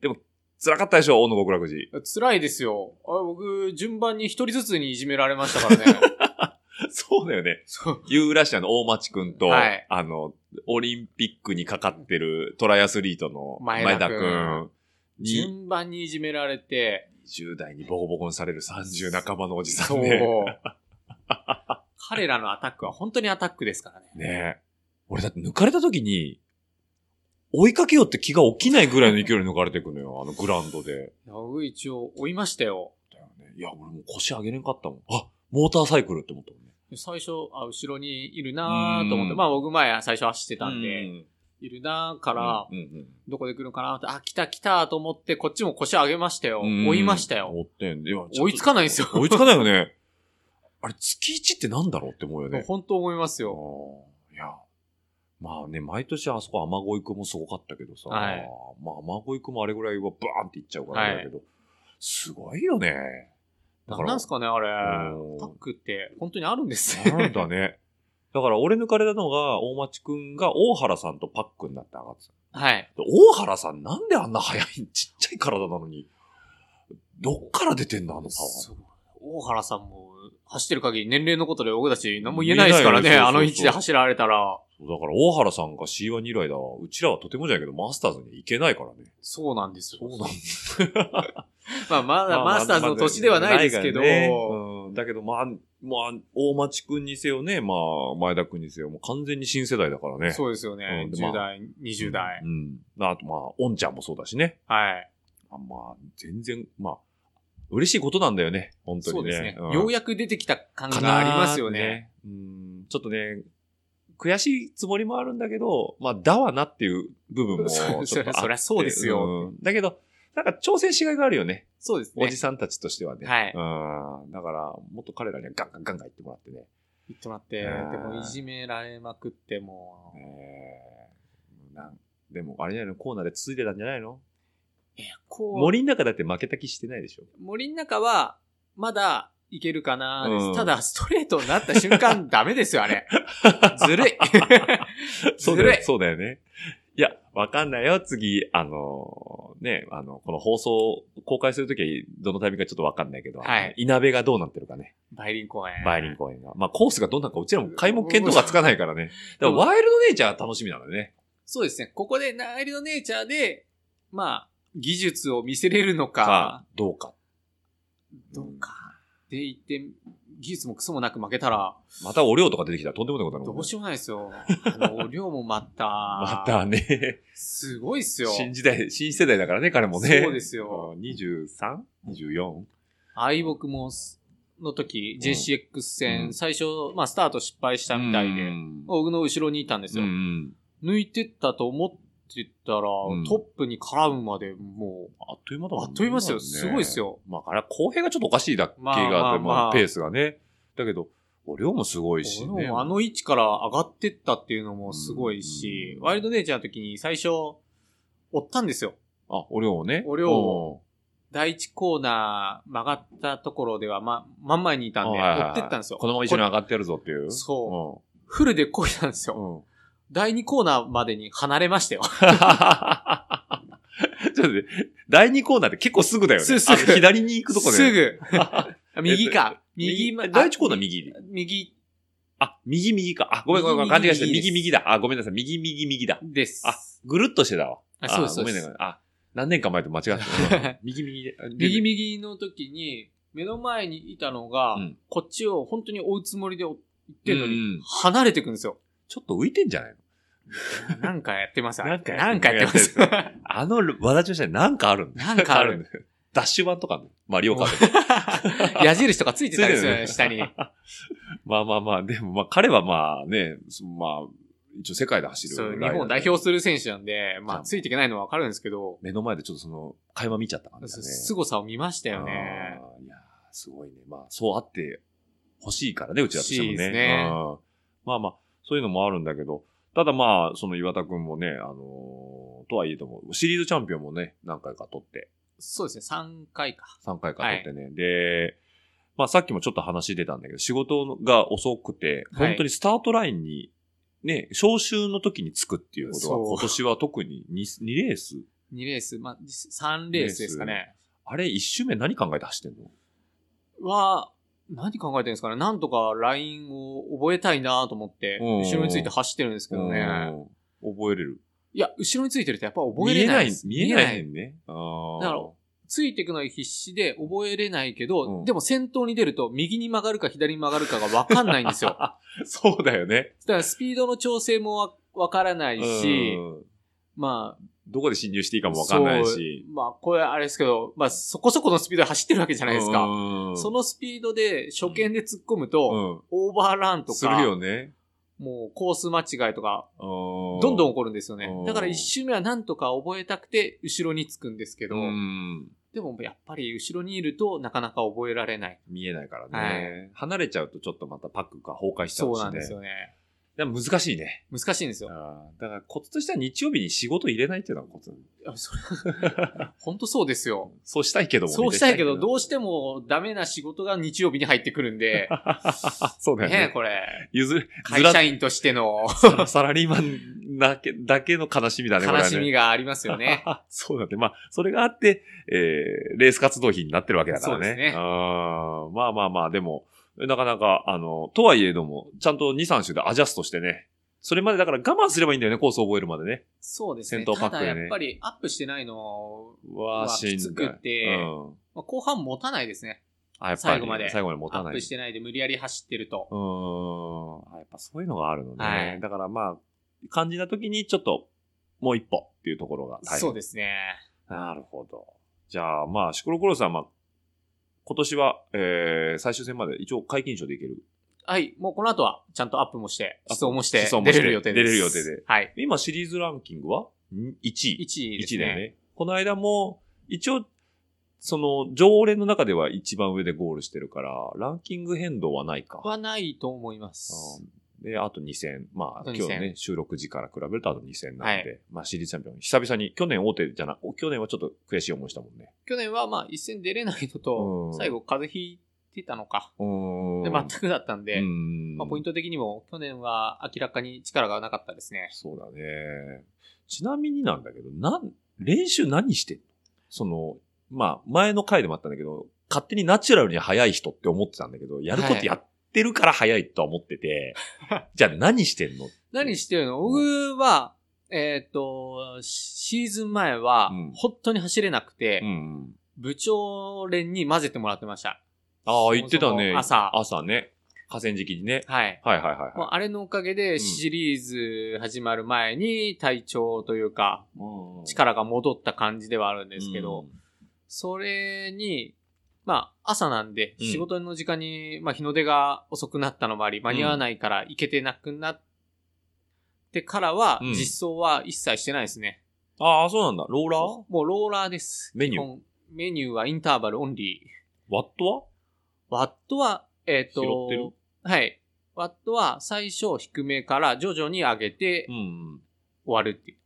[SPEAKER 2] でも、辛かったでしょ、大野極楽寺。
[SPEAKER 3] 辛いですよ。あ僕、順番に一人ずつにいじめられましたから ね。
[SPEAKER 2] そうだよね。
[SPEAKER 3] そう。
[SPEAKER 2] ユーラシアの大町くんと、
[SPEAKER 3] はい
[SPEAKER 2] あの、オリンピックにかかってるトライアスリートの
[SPEAKER 3] 前
[SPEAKER 2] 前田
[SPEAKER 3] 田く
[SPEAKER 2] く
[SPEAKER 3] ん
[SPEAKER 2] んに、
[SPEAKER 3] 順番にいじめられて、
[SPEAKER 2] 10代にボコボコにされる30半ばのおじさ
[SPEAKER 3] そ
[SPEAKER 2] ん
[SPEAKER 3] う
[SPEAKER 2] ね。。
[SPEAKER 3] 彼らのアタックは本当にアタックですからね。
[SPEAKER 2] ねえ俺だって抜かれた時に、追いかけようって気が起きないぐらいの勢いで抜かれていくのよ、あのグラウンドで。
[SPEAKER 3] いや僕一応追いましたよ。
[SPEAKER 2] だよね。いや、俺もう腰上げれんかったもん。あ、モーターサイクルって思ったもんね。
[SPEAKER 3] 最初、あ、後ろにいるなーと思って、
[SPEAKER 2] うん
[SPEAKER 3] まあ僕前最初走ってたん
[SPEAKER 2] う
[SPEAKER 3] で、いるなーから
[SPEAKER 2] う、んうん
[SPEAKER 3] どこで来るのかなーって、あ、来た来たーと思って、こっちも腰上げましたよ。
[SPEAKER 2] うん
[SPEAKER 3] 追いましたよ。
[SPEAKER 2] 追ってんで。やちょっと
[SPEAKER 3] 追いつかないんですよ。
[SPEAKER 2] 追いつかないよね。あれ、月1ってなんだろうって思うよね。
[SPEAKER 3] 本当思いますよ。
[SPEAKER 2] うんいや。まあね、毎年あそこ雨乞いくんもすごかったけどさ、
[SPEAKER 3] はい
[SPEAKER 2] まあ雨乞いくんもあれぐらいはバーンっていっちゃうからあれだけど、すごいよね。だ
[SPEAKER 3] な
[SPEAKER 2] か
[SPEAKER 3] ん
[SPEAKER 2] ら、
[SPEAKER 3] なんすかね、あれ。
[SPEAKER 2] うん
[SPEAKER 3] タックって本当にあるんです
[SPEAKER 2] な
[SPEAKER 3] ね
[SPEAKER 2] ん。だね。 だから俺抜かれたのが、大町くんが大原さんとパックになって上がってた。
[SPEAKER 3] はい。
[SPEAKER 2] で大原さんなんであんな速いんちっちゃい体なのに、どっから出てんだ、あのパワー
[SPEAKER 3] そ。う大原さんも走ってる限り年齢のことで僕たち何も言えないですから
[SPEAKER 2] 言え
[SPEAKER 3] ね、
[SPEAKER 2] ないよ
[SPEAKER 3] あ
[SPEAKER 2] そうそうそう
[SPEAKER 3] の位置で走られたら。
[SPEAKER 2] そうだから大原さんが C1 以来だ、うちらはとてもじゃないけど、マスターズに行けないからね。
[SPEAKER 3] そうなんですよ。
[SPEAKER 2] そうなん
[SPEAKER 3] まあ、まだマスターズの年ではないですけど、
[SPEAKER 2] まあまあまあまあねうんだけど、まあ、まあ、大町くんにせよね、まあ、前田くんにせよ、もう完全に新世代だからね。
[SPEAKER 3] そうですよね。
[SPEAKER 2] うん
[SPEAKER 3] 10
[SPEAKER 2] ま
[SPEAKER 3] 代、20代
[SPEAKER 2] う。ん。うんあと、まあ、おんちゃんもそうだしね。
[SPEAKER 3] はい。
[SPEAKER 2] あまあ、全然、まあ、嬉しいことなんだよね、本当
[SPEAKER 3] そう
[SPEAKER 2] にね。
[SPEAKER 3] ですね。
[SPEAKER 2] ん
[SPEAKER 3] ようやく出てきた感
[SPEAKER 2] か
[SPEAKER 3] が
[SPEAKER 2] な
[SPEAKER 3] あ
[SPEAKER 2] あ
[SPEAKER 3] りますよね。。
[SPEAKER 2] うん。ちょっとね、悔しいつもりもあるんだけど、まあ、だわなっていう部分もちょっとあ
[SPEAKER 3] そ
[SPEAKER 2] って。
[SPEAKER 3] そりゃそりゃそうです
[SPEAKER 2] う
[SPEAKER 3] よ
[SPEAKER 2] ん。だけど、なんか挑戦しがいがあるよね。
[SPEAKER 3] そうです
[SPEAKER 2] お
[SPEAKER 3] ね
[SPEAKER 2] じ。さんたちとしてはね。
[SPEAKER 3] はい
[SPEAKER 2] うん。だから、もっと彼らにはガンガンガンガン言ってもらってね。
[SPEAKER 3] 言ってもらって、で
[SPEAKER 2] うん
[SPEAKER 3] もいじめられまくってもう、
[SPEAKER 2] えー、なんでも、あれじゃないのコーナーで続いてたんじゃないの
[SPEAKER 3] え、こう、
[SPEAKER 2] 森の中だって負けた気してないでしょ
[SPEAKER 3] 森の中は、まだ、いけるかなです、
[SPEAKER 2] うん
[SPEAKER 3] ただ、ストレートになった瞬間、ダメですよ、あれ。ずるい。
[SPEAKER 2] そう
[SPEAKER 3] ず
[SPEAKER 2] だ
[SPEAKER 3] る
[SPEAKER 2] よ、
[SPEAKER 3] い。
[SPEAKER 2] そうだよね。いや、わかんないよ。次、あの、ね、あの、この放送を公開するときは、どのタイミングかちょっとわかんないけど、
[SPEAKER 3] はい
[SPEAKER 2] いなべがどうなってるかね。
[SPEAKER 3] バイリン公演。
[SPEAKER 2] バイリン公演が。まあ、コースがどんなんか、うちらも開目検討がつかないからね。だから、ワイルドネイチャー楽しみなのよね。
[SPEAKER 3] そうですね。ここで、ナイルドネイチャーで、まあ、技術を見せれるの
[SPEAKER 2] か
[SPEAKER 3] か、、
[SPEAKER 2] どうか。
[SPEAKER 3] どうか。で言って、技術もクソもなく負けたら、
[SPEAKER 2] またお量とか出てきたらとんでもないことになる
[SPEAKER 3] ど
[SPEAKER 2] もん
[SPEAKER 3] う
[SPEAKER 2] ね
[SPEAKER 3] しようもないで すよ。あの、お量もまた。
[SPEAKER 2] また。ね、
[SPEAKER 3] すごいっすよ。
[SPEAKER 2] 新時代、新世代だからね、彼もね。
[SPEAKER 3] そうですよ。
[SPEAKER 2] うん。23?24?
[SPEAKER 3] 敗北もす、の時、
[SPEAKER 2] ん
[SPEAKER 3] JCX 戦、
[SPEAKER 2] うん
[SPEAKER 3] 最初、まあ、スタート失敗したみたいで、
[SPEAKER 2] うん
[SPEAKER 3] 僕の後ろにいたんです
[SPEAKER 2] う
[SPEAKER 3] よ。
[SPEAKER 2] ん。
[SPEAKER 3] 抜いてったと思ってたら、
[SPEAKER 2] ん
[SPEAKER 3] トップに絡むまでもう、
[SPEAKER 2] あっという間だもんね。
[SPEAKER 3] あっという間ですよすごいですよ。
[SPEAKER 2] まあ、あれは公平がちょっとおかしいだっけがあって、
[SPEAKER 3] まあまあまあ
[SPEAKER 2] まあペースがね。だけど、お量もすごいし
[SPEAKER 3] 俺
[SPEAKER 2] ね。
[SPEAKER 3] もあの位置から上がってったっていうのもすごいし、
[SPEAKER 2] うん
[SPEAKER 3] ワイルドネイチャーの時に最初、追ったんですよ。
[SPEAKER 2] あ、お量をね。
[SPEAKER 3] お量を第一コーナー曲がったところでは、ま、真ん前にいた
[SPEAKER 2] うんん。
[SPEAKER 3] で、
[SPEAKER 2] はいはい
[SPEAKER 3] 追
[SPEAKER 2] はい
[SPEAKER 3] ってったんですよ。
[SPEAKER 2] このまま一緒に上
[SPEAKER 3] こ
[SPEAKER 2] がってやるぞっていう。
[SPEAKER 3] そ
[SPEAKER 2] うん。
[SPEAKER 3] れフルでこいたんですよ。
[SPEAKER 2] うん。
[SPEAKER 3] 第二コーナーまでに離れましたよ。
[SPEAKER 2] ちょっとね、第2コーナーって結構すぐだよね。
[SPEAKER 3] すぐすぐ
[SPEAKER 2] あの左に行くとこね。
[SPEAKER 3] す。ぐ。
[SPEAKER 2] あ
[SPEAKER 3] 右か。右ま、
[SPEAKER 2] え第1コーナー右。
[SPEAKER 3] 右
[SPEAKER 2] あ、右右か。あ、ごめんごめんごめん、勘違いした。
[SPEAKER 3] 右右で
[SPEAKER 2] 右
[SPEAKER 3] す
[SPEAKER 2] 右だ。あ、ごめんなさい。右右右だ。
[SPEAKER 3] です。
[SPEAKER 2] あぐるっとしてたわ。
[SPEAKER 3] あそうです
[SPEAKER 2] ごめんね。
[SPEAKER 3] そ
[SPEAKER 2] ご
[SPEAKER 3] う
[SPEAKER 2] めんあ、何年か前と間違ってた。うん 右右で。
[SPEAKER 3] 右
[SPEAKER 2] 右。
[SPEAKER 3] 右の時に、目の前にいたのが、
[SPEAKER 2] うん
[SPEAKER 3] こっちを本当に追うつもりで追ってるの
[SPEAKER 2] うんう
[SPEAKER 3] に
[SPEAKER 2] ん、
[SPEAKER 3] 離れていくんですよ。
[SPEAKER 2] ちょっと浮いてんじゃないの
[SPEAKER 3] なんかやってます。
[SPEAKER 2] なんかやってる
[SPEAKER 3] なんかやってます。
[SPEAKER 2] あの、和田女子 なん かあるんだよ。
[SPEAKER 3] なんかある
[SPEAKER 2] んだよ。ダッシュ版とかあるんだよマリオカート。
[SPEAKER 3] 矢印とかついてたりするよね、
[SPEAKER 2] つい
[SPEAKER 3] 下に。
[SPEAKER 2] まあまあまあ、でもまあ彼はまあね、そまあ、一応世界で走る。
[SPEAKER 3] そう、日本を代表する選手なんで、まあ、ついていけないのはわかるんですけど、
[SPEAKER 2] 目の前でちょっとその、会話見ちゃった感じだね。
[SPEAKER 3] 凄さを見ました
[SPEAKER 2] い
[SPEAKER 3] よね。
[SPEAKER 2] いやーすごいね。まあ、そうあって欲しいからね、うちらとしてもね。
[SPEAKER 3] 欲しいですね
[SPEAKER 2] うんまあまあ、そういうのもあるんだけど、ただまあ、その岩田くんもね、あのーとはいえとも、シリーズチャンピオンもね、何回か取って、
[SPEAKER 3] そうですね、3回か。
[SPEAKER 2] 3回か取ってね。で、まあさっきもちょっと話出たんだけど、仕事が遅くて、
[SPEAKER 3] はい
[SPEAKER 2] 本当にスタートラインに、ね、招集の時に着くっていうことは、
[SPEAKER 3] そう
[SPEAKER 2] 今年は特に 2, 2レース
[SPEAKER 3] 2レース、まあ、3レースですかね。
[SPEAKER 2] あれ、1周目何考えて走ってんの
[SPEAKER 3] は、何考えてるんですかねなんとかラインを覚えたいなと思って、
[SPEAKER 2] うん
[SPEAKER 3] 後ろについて走ってるんですけどね。
[SPEAKER 2] うん覚えれる。
[SPEAKER 3] いや、後ろについてるとやっぱ覚えれないです。
[SPEAKER 2] 見えない、見えない
[SPEAKER 3] 見
[SPEAKER 2] ねんね。だか
[SPEAKER 3] だからついていくのが必死で覚えれないけど、
[SPEAKER 2] うん
[SPEAKER 3] でも先頭に出ると右に曲がるか左に曲がるかがわかんない んですよ。だか
[SPEAKER 2] そうだよね。
[SPEAKER 3] らスピードの調整もわわからないし、
[SPEAKER 2] うん
[SPEAKER 3] まあ、
[SPEAKER 2] どこで侵入していいかもわかんないし。
[SPEAKER 3] そうまあ、これあれですけど、まあ、そこそこのスピードで走ってるわけじゃないですか。
[SPEAKER 2] うん
[SPEAKER 3] そのスピードで初見で突っ込むと、
[SPEAKER 2] うん
[SPEAKER 3] オーバーランと
[SPEAKER 2] す
[SPEAKER 3] か、
[SPEAKER 2] るよね。
[SPEAKER 3] もうコース間違いとか、
[SPEAKER 2] ど
[SPEAKER 3] どんどん起こるんですよね
[SPEAKER 2] うん。
[SPEAKER 3] だから一周目はなんとか覚えたくて、後ろにつくんですけど、
[SPEAKER 2] うん
[SPEAKER 3] でもやっぱり後ろにいるとなかなか覚えられない。
[SPEAKER 2] 見えないから
[SPEAKER 3] は
[SPEAKER 2] ね。離れちゃうとちょっとまたパックが崩壊しちゃ
[SPEAKER 3] そううなん
[SPEAKER 2] し
[SPEAKER 3] ですよ
[SPEAKER 2] ね。
[SPEAKER 3] ね。
[SPEAKER 2] でも難しいね。
[SPEAKER 3] 難しいんですよ。
[SPEAKER 2] あーだからコツとしては日曜日に仕事入れないっていうのがコツ。
[SPEAKER 3] いやそれ 本当そうですよ。
[SPEAKER 2] そうしたいけども。
[SPEAKER 3] そうしたいけど、
[SPEAKER 2] 入れ
[SPEAKER 3] どうしてもダメな仕事が日曜日に入ってくるんで、
[SPEAKER 2] あ そうだよ
[SPEAKER 3] ね
[SPEAKER 2] ね。
[SPEAKER 3] これ、
[SPEAKER 2] 譲る、ず
[SPEAKER 3] 会
[SPEAKER 2] ら
[SPEAKER 3] 社員としての
[SPEAKER 2] サラリーマンだけ、だけの悲しみだね、これは
[SPEAKER 3] 悲
[SPEAKER 2] ね
[SPEAKER 3] しみがありますよね。
[SPEAKER 2] そうだね。まあ、それがあって、えー、レース活動費になってるわけだからね。
[SPEAKER 3] そうですね
[SPEAKER 2] あーまあまあまあ、でも、なかなか、あの、とはいえども、ちゃんと2、3週でアジャストしてね。それまでだから我慢すればいいんだよね、コースを覚えるまでね。
[SPEAKER 3] そうですね。
[SPEAKER 2] 戦闘パッ
[SPEAKER 3] た
[SPEAKER 2] ク
[SPEAKER 3] だ
[SPEAKER 2] でね
[SPEAKER 3] やっぱりアップしてないの、
[SPEAKER 2] わ
[SPEAKER 3] うわ
[SPEAKER 2] あ、し
[SPEAKER 3] きつ
[SPEAKER 2] んど
[SPEAKER 3] く
[SPEAKER 2] い。
[SPEAKER 3] って
[SPEAKER 2] うん。
[SPEAKER 3] まあ後半持たないですね。
[SPEAKER 2] あ、やっぱり、
[SPEAKER 3] 最後まで
[SPEAKER 2] 最後まで持
[SPEAKER 3] ア
[SPEAKER 2] たな
[SPEAKER 3] ッ
[SPEAKER 2] い。う
[SPEAKER 3] プしてないで無理やり走ってると。
[SPEAKER 2] ーん。あやっぱそういうのがあるのね。
[SPEAKER 3] はい
[SPEAKER 2] だからまあ、感じた時にちょっと、もう一歩っていうところが大変。
[SPEAKER 3] そうですね。
[SPEAKER 2] なるほど。じゃあ、まあ、シクロクロスは、まあ、今年は、えー、最終戦まで一応解禁賞でいける。
[SPEAKER 3] はい。もうこの後は、ちゃんとアップもして、
[SPEAKER 2] アップ
[SPEAKER 3] 思想もして
[SPEAKER 2] 思想、も
[SPEAKER 3] 出
[SPEAKER 2] して
[SPEAKER 3] れる予定です。
[SPEAKER 2] 出れる予定で。
[SPEAKER 3] はい。
[SPEAKER 2] 今、シリーズランキングはん ?1 位。
[SPEAKER 3] 1位です
[SPEAKER 2] 1
[SPEAKER 3] ね。
[SPEAKER 2] だよね。この間も、一応、その、常連の中では一番上でゴールしてるから、ランキング変動はないか。
[SPEAKER 3] はないと思います。
[SPEAKER 2] うんで、あと2戦。ま
[SPEAKER 3] あ
[SPEAKER 2] あ、
[SPEAKER 3] と
[SPEAKER 2] 今
[SPEAKER 3] 2
[SPEAKER 2] 日
[SPEAKER 3] 戦
[SPEAKER 2] ね、収録時から比べるとあと2戦なんで、
[SPEAKER 3] は
[SPEAKER 2] まあ、シリーズチャンピオン、久々に、去年大手じゃな、去年はちょっと悔しい思いしたもんね。
[SPEAKER 3] 去年はまあ一戦出れないのと、
[SPEAKER 2] うん
[SPEAKER 3] 最後風邪ひってたのか。
[SPEAKER 2] うん。
[SPEAKER 3] で、全くだったんで、
[SPEAKER 2] うん。
[SPEAKER 3] まあ、ポイン
[SPEAKER 2] ト。
[SPEAKER 3] ト的にも去年は明らかに力がなかったですね。
[SPEAKER 2] そうだね。ちなみになんだけど、なん、練習何してんのその、まあ、前の回でもあったんだけど、勝手にナチュラルに速い人って思ってたんだけど、やることやってるから速いとは思って て、じゃあ何してんの
[SPEAKER 3] 何してるの僕は、えっ、と、シーズン前は
[SPEAKER 2] うん、
[SPEAKER 3] 本当に走れなくて、
[SPEAKER 2] うん。
[SPEAKER 3] 部長連に混ぜてもらってました。
[SPEAKER 2] ああ、言ってたね。
[SPEAKER 3] そもそも朝
[SPEAKER 2] 朝ね。河川敷にね。
[SPEAKER 3] はい。
[SPEAKER 2] はいはいはい
[SPEAKER 3] もう
[SPEAKER 2] は
[SPEAKER 3] あれのおかげ
[SPEAKER 2] ん
[SPEAKER 3] で、シリーズ始まる前に体調というか、
[SPEAKER 2] いうん。
[SPEAKER 3] 力が戻った感じではあるんですけど、
[SPEAKER 2] うん。
[SPEAKER 3] それに、まあ、朝なんで、
[SPEAKER 2] うん
[SPEAKER 3] 仕事の時間に、まあ、日の出が遅くなったのもあり、間に合わないから行けてなくなってからは、
[SPEAKER 2] うん
[SPEAKER 3] 実装は一切してないですね。
[SPEAKER 2] ああ、そうなんだ。ローラー
[SPEAKER 3] もうローラーです。
[SPEAKER 2] メニュー
[SPEAKER 3] 基本メニューはインターバルオンリー。
[SPEAKER 2] ワットは
[SPEAKER 3] ワットは、えっ、と、
[SPEAKER 2] 拾ってる
[SPEAKER 3] はい。ワットは最初低めから徐々に上げて
[SPEAKER 2] うんうん。
[SPEAKER 3] 終わるっていう。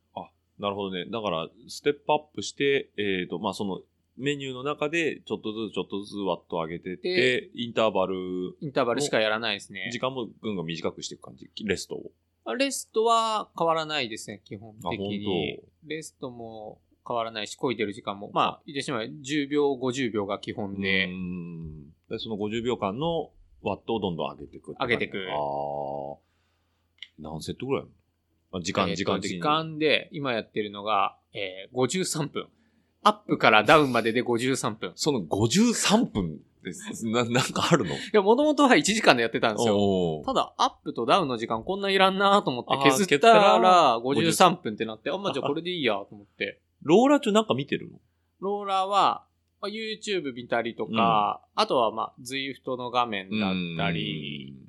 [SPEAKER 2] なるほどね。だから、ステップアップして、えっ、と、まあ、その、メニューの中で、ちょっとずつ、ちょっとずつワット上げてって、インターバル、
[SPEAKER 3] インターバルしかやらないですね
[SPEAKER 2] 時。間もぐんぐん短くしていく感じ、レストを。
[SPEAKER 3] レストは変わらないですね、基本
[SPEAKER 2] あ、本
[SPEAKER 3] 的に。レストも変わらないし、こいでる時間も。まあ、言ってしまえば10秒、50秒が基
[SPEAKER 2] 当
[SPEAKER 3] 本
[SPEAKER 2] う
[SPEAKER 3] で。
[SPEAKER 2] んで、その50秒間のワットをどんどん上げていくって感じ
[SPEAKER 3] 上げていく
[SPEAKER 2] あー何セットぐらいあるのあ時間、
[SPEAKER 3] えっと
[SPEAKER 2] 時間的に。
[SPEAKER 3] 時間で、今やってるのが、えー、53分。アップからダウンまでで53分。い
[SPEAKER 2] その53分です。な、なんかあるの
[SPEAKER 3] や、もともとは1時間でやってたんですよ。
[SPEAKER 2] おー
[SPEAKER 3] ただ、アップとダウンの時間こんないらんなと思
[SPEAKER 2] あー
[SPEAKER 3] って削ったら53分ってなって、あ、まあ、じゃあこれでいいやと思って。
[SPEAKER 2] ローラー中なんか見てるの
[SPEAKER 3] ローラーは、まあ YouTube 見たりとか、あとはまあ、Zwift の画面だったり、
[SPEAKER 2] うん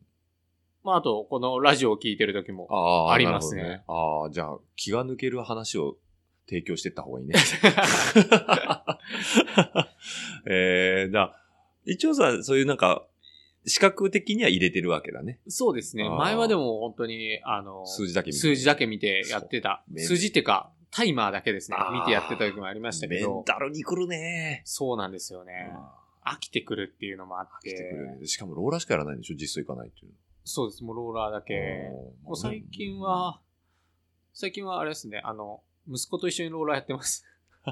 [SPEAKER 3] まあ、あと、このラジオを聞いてる時も。
[SPEAKER 2] あー
[SPEAKER 3] ありますね
[SPEAKER 2] なるほどああ、じゃあ、気が抜ける話を提供してった方がいい ね。えー、だ、一応さ、そういうなんか、視覚的には入れてるわけだね。
[SPEAKER 3] そうですね。
[SPEAKER 2] あー
[SPEAKER 3] 前はでも本当に、あの、
[SPEAKER 2] 数字だけ見て
[SPEAKER 3] 数字だけ見てやってた
[SPEAKER 2] そう。
[SPEAKER 3] 数字ってか、タイマーだけですね
[SPEAKER 2] あ。ー
[SPEAKER 3] 見てやってた時もありましたけ
[SPEAKER 2] メン
[SPEAKER 3] ど。
[SPEAKER 2] タルに来るね。
[SPEAKER 3] そうなんですよね。飽きてくるっていうのもあっ
[SPEAKER 2] 来てくる
[SPEAKER 3] て。
[SPEAKER 2] ね。しかもローラーしかやらないんでしょ実装行かないっていう
[SPEAKER 3] そうです。もうローラーだけ。
[SPEAKER 2] の。
[SPEAKER 3] もう最近は、最近はあれですね、あの、息子と一緒にローラーやっ てます。
[SPEAKER 2] う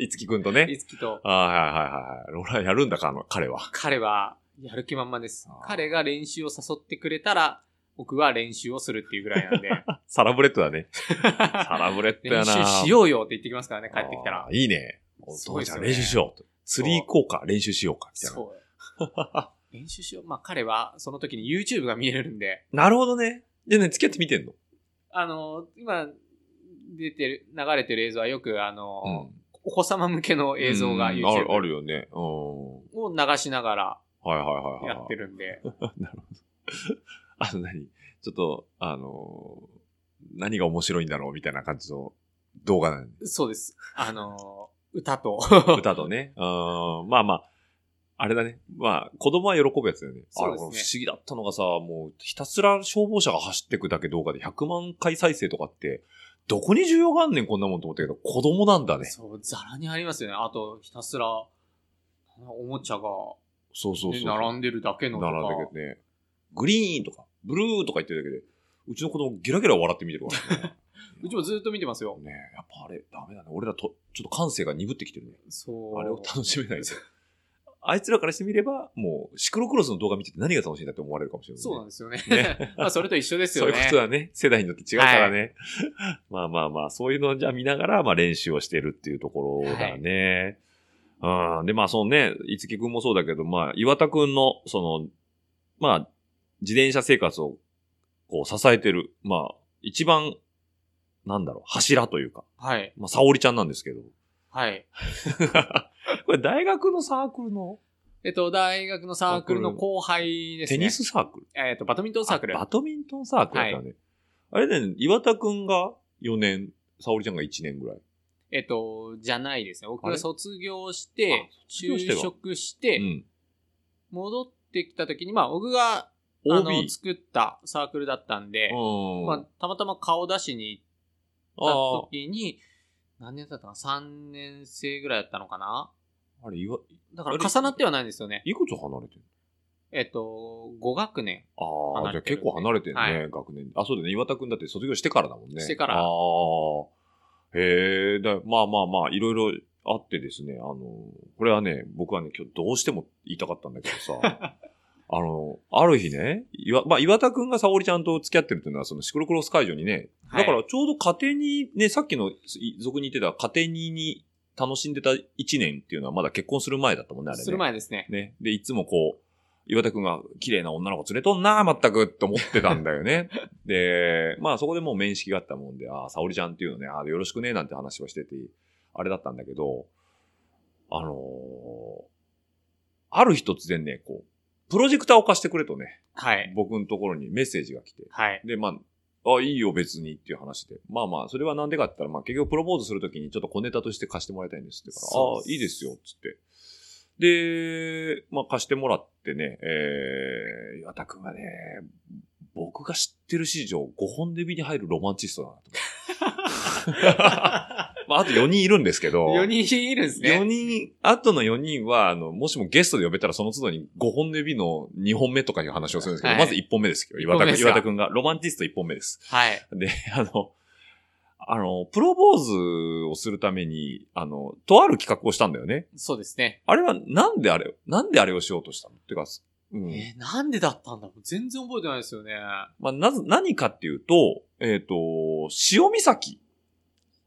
[SPEAKER 2] ん、 いつきくんとね。
[SPEAKER 3] いつきと。
[SPEAKER 2] ああ、はいはいはいはい。ローラーやるんだか、あの彼は。
[SPEAKER 3] 彼は、やる気満々です
[SPEAKER 2] あ。ー
[SPEAKER 3] 彼が練習を誘ってくれたら、僕は練習をするっていうぐらいな んで。
[SPEAKER 2] サラブレッドだね。サラブレッドや
[SPEAKER 3] 練
[SPEAKER 2] な。
[SPEAKER 3] 習しようよって言ってきますからね、帰ってきたら
[SPEAKER 2] あ。ー。いいね。お
[SPEAKER 3] す
[SPEAKER 2] 父
[SPEAKER 3] ごいで
[SPEAKER 2] ち
[SPEAKER 3] す
[SPEAKER 2] ゃ
[SPEAKER 3] よ
[SPEAKER 2] ん
[SPEAKER 3] ね
[SPEAKER 2] 練習しようと。ツリー効果練習しようか、みたいな。
[SPEAKER 3] そう。練習しよう。まあ彼は、その時に YouTube が見えるんで、
[SPEAKER 2] なるほどね。でね、付き合って見てんの
[SPEAKER 3] あの、今、出てる、流れてる映像はよく、あの、
[SPEAKER 2] うん。
[SPEAKER 3] お子様向けの映像が
[SPEAKER 2] うん
[SPEAKER 3] YouTube
[SPEAKER 2] あるあるよね。うん。
[SPEAKER 3] を流しながら
[SPEAKER 2] はいはいはいは
[SPEAKER 3] や
[SPEAKER 2] い。
[SPEAKER 3] ってるんで、
[SPEAKER 2] あの何ちょっと、あのー何が面白いんだろうみたいな感じの動画なんで
[SPEAKER 3] そうです。あの、歌と、
[SPEAKER 2] 歌とね。うん。まあまあ。あれだね。まあ、子供は喜ぶやつだよね。
[SPEAKER 3] そ
[SPEAKER 2] あ
[SPEAKER 3] うですね
[SPEAKER 2] れこれ不思議だったのがさ、もう、ひたすら消防車が走ってくだけ動画で100万回再生とかって、どこに需要があんねんこんなもんと思ったけど、子供なんだね。
[SPEAKER 3] そう、ざらにありますよね。あと、ひたすら、おもちゃが、
[SPEAKER 2] そうそうそう
[SPEAKER 3] ね、
[SPEAKER 2] そう。
[SPEAKER 3] 並んでるだけのとか
[SPEAKER 2] 並んだけどね。グリーンとか、ブルーとか言ってるだけで、うちの子供ゲラゲラ笑って見てるからね。
[SPEAKER 3] うちもずっと見てますよ。
[SPEAKER 2] ね やっぱあれ、ダメだね。俺らと、ちょっと感性が鈍ってきてるね。
[SPEAKER 3] そう。
[SPEAKER 2] あれを楽しめないですよ。あいつらからしてみれば、もう、シクロクロスの動画見てて何が楽しいんだって思われるかもしれない、ね。
[SPEAKER 3] そうなんですよね。
[SPEAKER 2] ね
[SPEAKER 3] まあ、それと一緒で す
[SPEAKER 2] そ
[SPEAKER 3] よ
[SPEAKER 2] うい
[SPEAKER 3] ね。
[SPEAKER 2] うことだね。世代によって違うからね。 まあまあまあ、そういうのをじゃあ見ながら、まあ練習をしてるっていうところだね。うん。で、まあそのね、いつきくんもそうだけど、まあ、岩田くんの、その、まあ、自転車生活を、こう、支えてる、まあ、一番、なんだろう、柱というか、
[SPEAKER 3] はい。
[SPEAKER 2] まあ、沙織ちゃんなんですけど。
[SPEAKER 3] はい。
[SPEAKER 2] これ大学のサークルの、
[SPEAKER 3] えっと、大学のサークルの後輩ですね。
[SPEAKER 2] テニスサークル
[SPEAKER 3] えっと、バドミントンサークル
[SPEAKER 2] あ。バドミントンサークルだったね。あれね、岩田くんが4年、沙織ちゃんが1年ぐらい。
[SPEAKER 3] えっと、じゃないですね。僕
[SPEAKER 2] あれ
[SPEAKER 3] が卒業し
[SPEAKER 2] あ
[SPEAKER 3] て、
[SPEAKER 2] 卒業して
[SPEAKER 3] 就
[SPEAKER 2] は
[SPEAKER 3] 職して、
[SPEAKER 2] うん。
[SPEAKER 3] 戻ってきた時に、まあ、僕が、あ
[SPEAKER 2] OB
[SPEAKER 3] の、作ったサークルだったんで、
[SPEAKER 2] うん。
[SPEAKER 3] まあ、たまたま顔出しに行った
[SPEAKER 2] ああ
[SPEAKER 3] 時に、何年だったかな ?3 年生ぐらいだったのかな
[SPEAKER 2] あれ、いわ、
[SPEAKER 3] だから重なってはないんですよね。
[SPEAKER 2] いくつ離れてる
[SPEAKER 3] えっと、5学年。
[SPEAKER 2] ああ、
[SPEAKER 3] 離
[SPEAKER 2] じゃあ
[SPEAKER 3] れてる
[SPEAKER 2] 結構離れてるね、
[SPEAKER 3] はい
[SPEAKER 2] 学年。あ、そうだね。岩田くんだって卒業してからだもんね。
[SPEAKER 3] してから
[SPEAKER 2] ああ。へえ、だまあまあまあ、いろいろあってですね、あの、これはね、僕はね、今日どうしても言いたかったんだけど さ、あの、ある日ね、岩まあ、岩田くんが沙織ちゃんと付き合ってるっていうのは、そのシクロクロス会場にね、
[SPEAKER 3] はい
[SPEAKER 2] だからちょうど家庭に、ね、さっきのい俗に言ってた家庭にに楽しんでた1年っていうのはまだ結婚する前だったもんね、あれね。
[SPEAKER 3] する前ですね。
[SPEAKER 2] ね。で、いつもこう、岩田くんが綺麗な女の子連れとんな、全くって思ってたんだよね。 で、まあそこでもう面識があったもんで、ああ、沙織ちゃんっていうのね、ああ、よろしくね、なんて話をしてて、あれだったんだけど、あのーある日突然ね、こう、プロジェクターを貸してくれとね、
[SPEAKER 3] はい。
[SPEAKER 2] 僕のところにメッセージが来て、
[SPEAKER 3] はい。
[SPEAKER 2] で、まあ、あ、いいよ別にっていう話で。まあまあ、それはなんでかって言ったら、まあ結局プロポーズするときにちょっと小ネタとして貸してもらいたいんですって言うから、
[SPEAKER 3] そ
[SPEAKER 2] ああ、
[SPEAKER 3] うです
[SPEAKER 2] いいですよ、つって。で、まあ貸してもらってね、えー、岩田くんがね、僕が知ってる史上5本指に入るロマンチストだなと思っ て。 まああと4人いるんですけど。
[SPEAKER 3] 4人いるんです
[SPEAKER 2] 4
[SPEAKER 3] ね。
[SPEAKER 2] 人、あとの4人は、あの、もしもゲストで呼べたらその都度に5本指の2本目とかいう話をするんですけど、
[SPEAKER 3] はい
[SPEAKER 2] まず1本目ですけど、岩
[SPEAKER 3] 一本
[SPEAKER 2] 田
[SPEAKER 3] 目
[SPEAKER 2] く
[SPEAKER 3] で
[SPEAKER 2] ん、
[SPEAKER 3] すか
[SPEAKER 2] 岩田くんが、ロマンティスト1本目です。
[SPEAKER 3] はい。
[SPEAKER 2] で、あの、あの、プロポーズをするために、あの、とある企画をしたんだよね。
[SPEAKER 3] そうですね。
[SPEAKER 2] あれは、なんであれ、なんであれをしようとしたのってか、うん。
[SPEAKER 3] えー、なんでだったんだろう全然覚えてないですよね。
[SPEAKER 2] まあ、なぜ、何かっていうと、えっ、と、潮岬。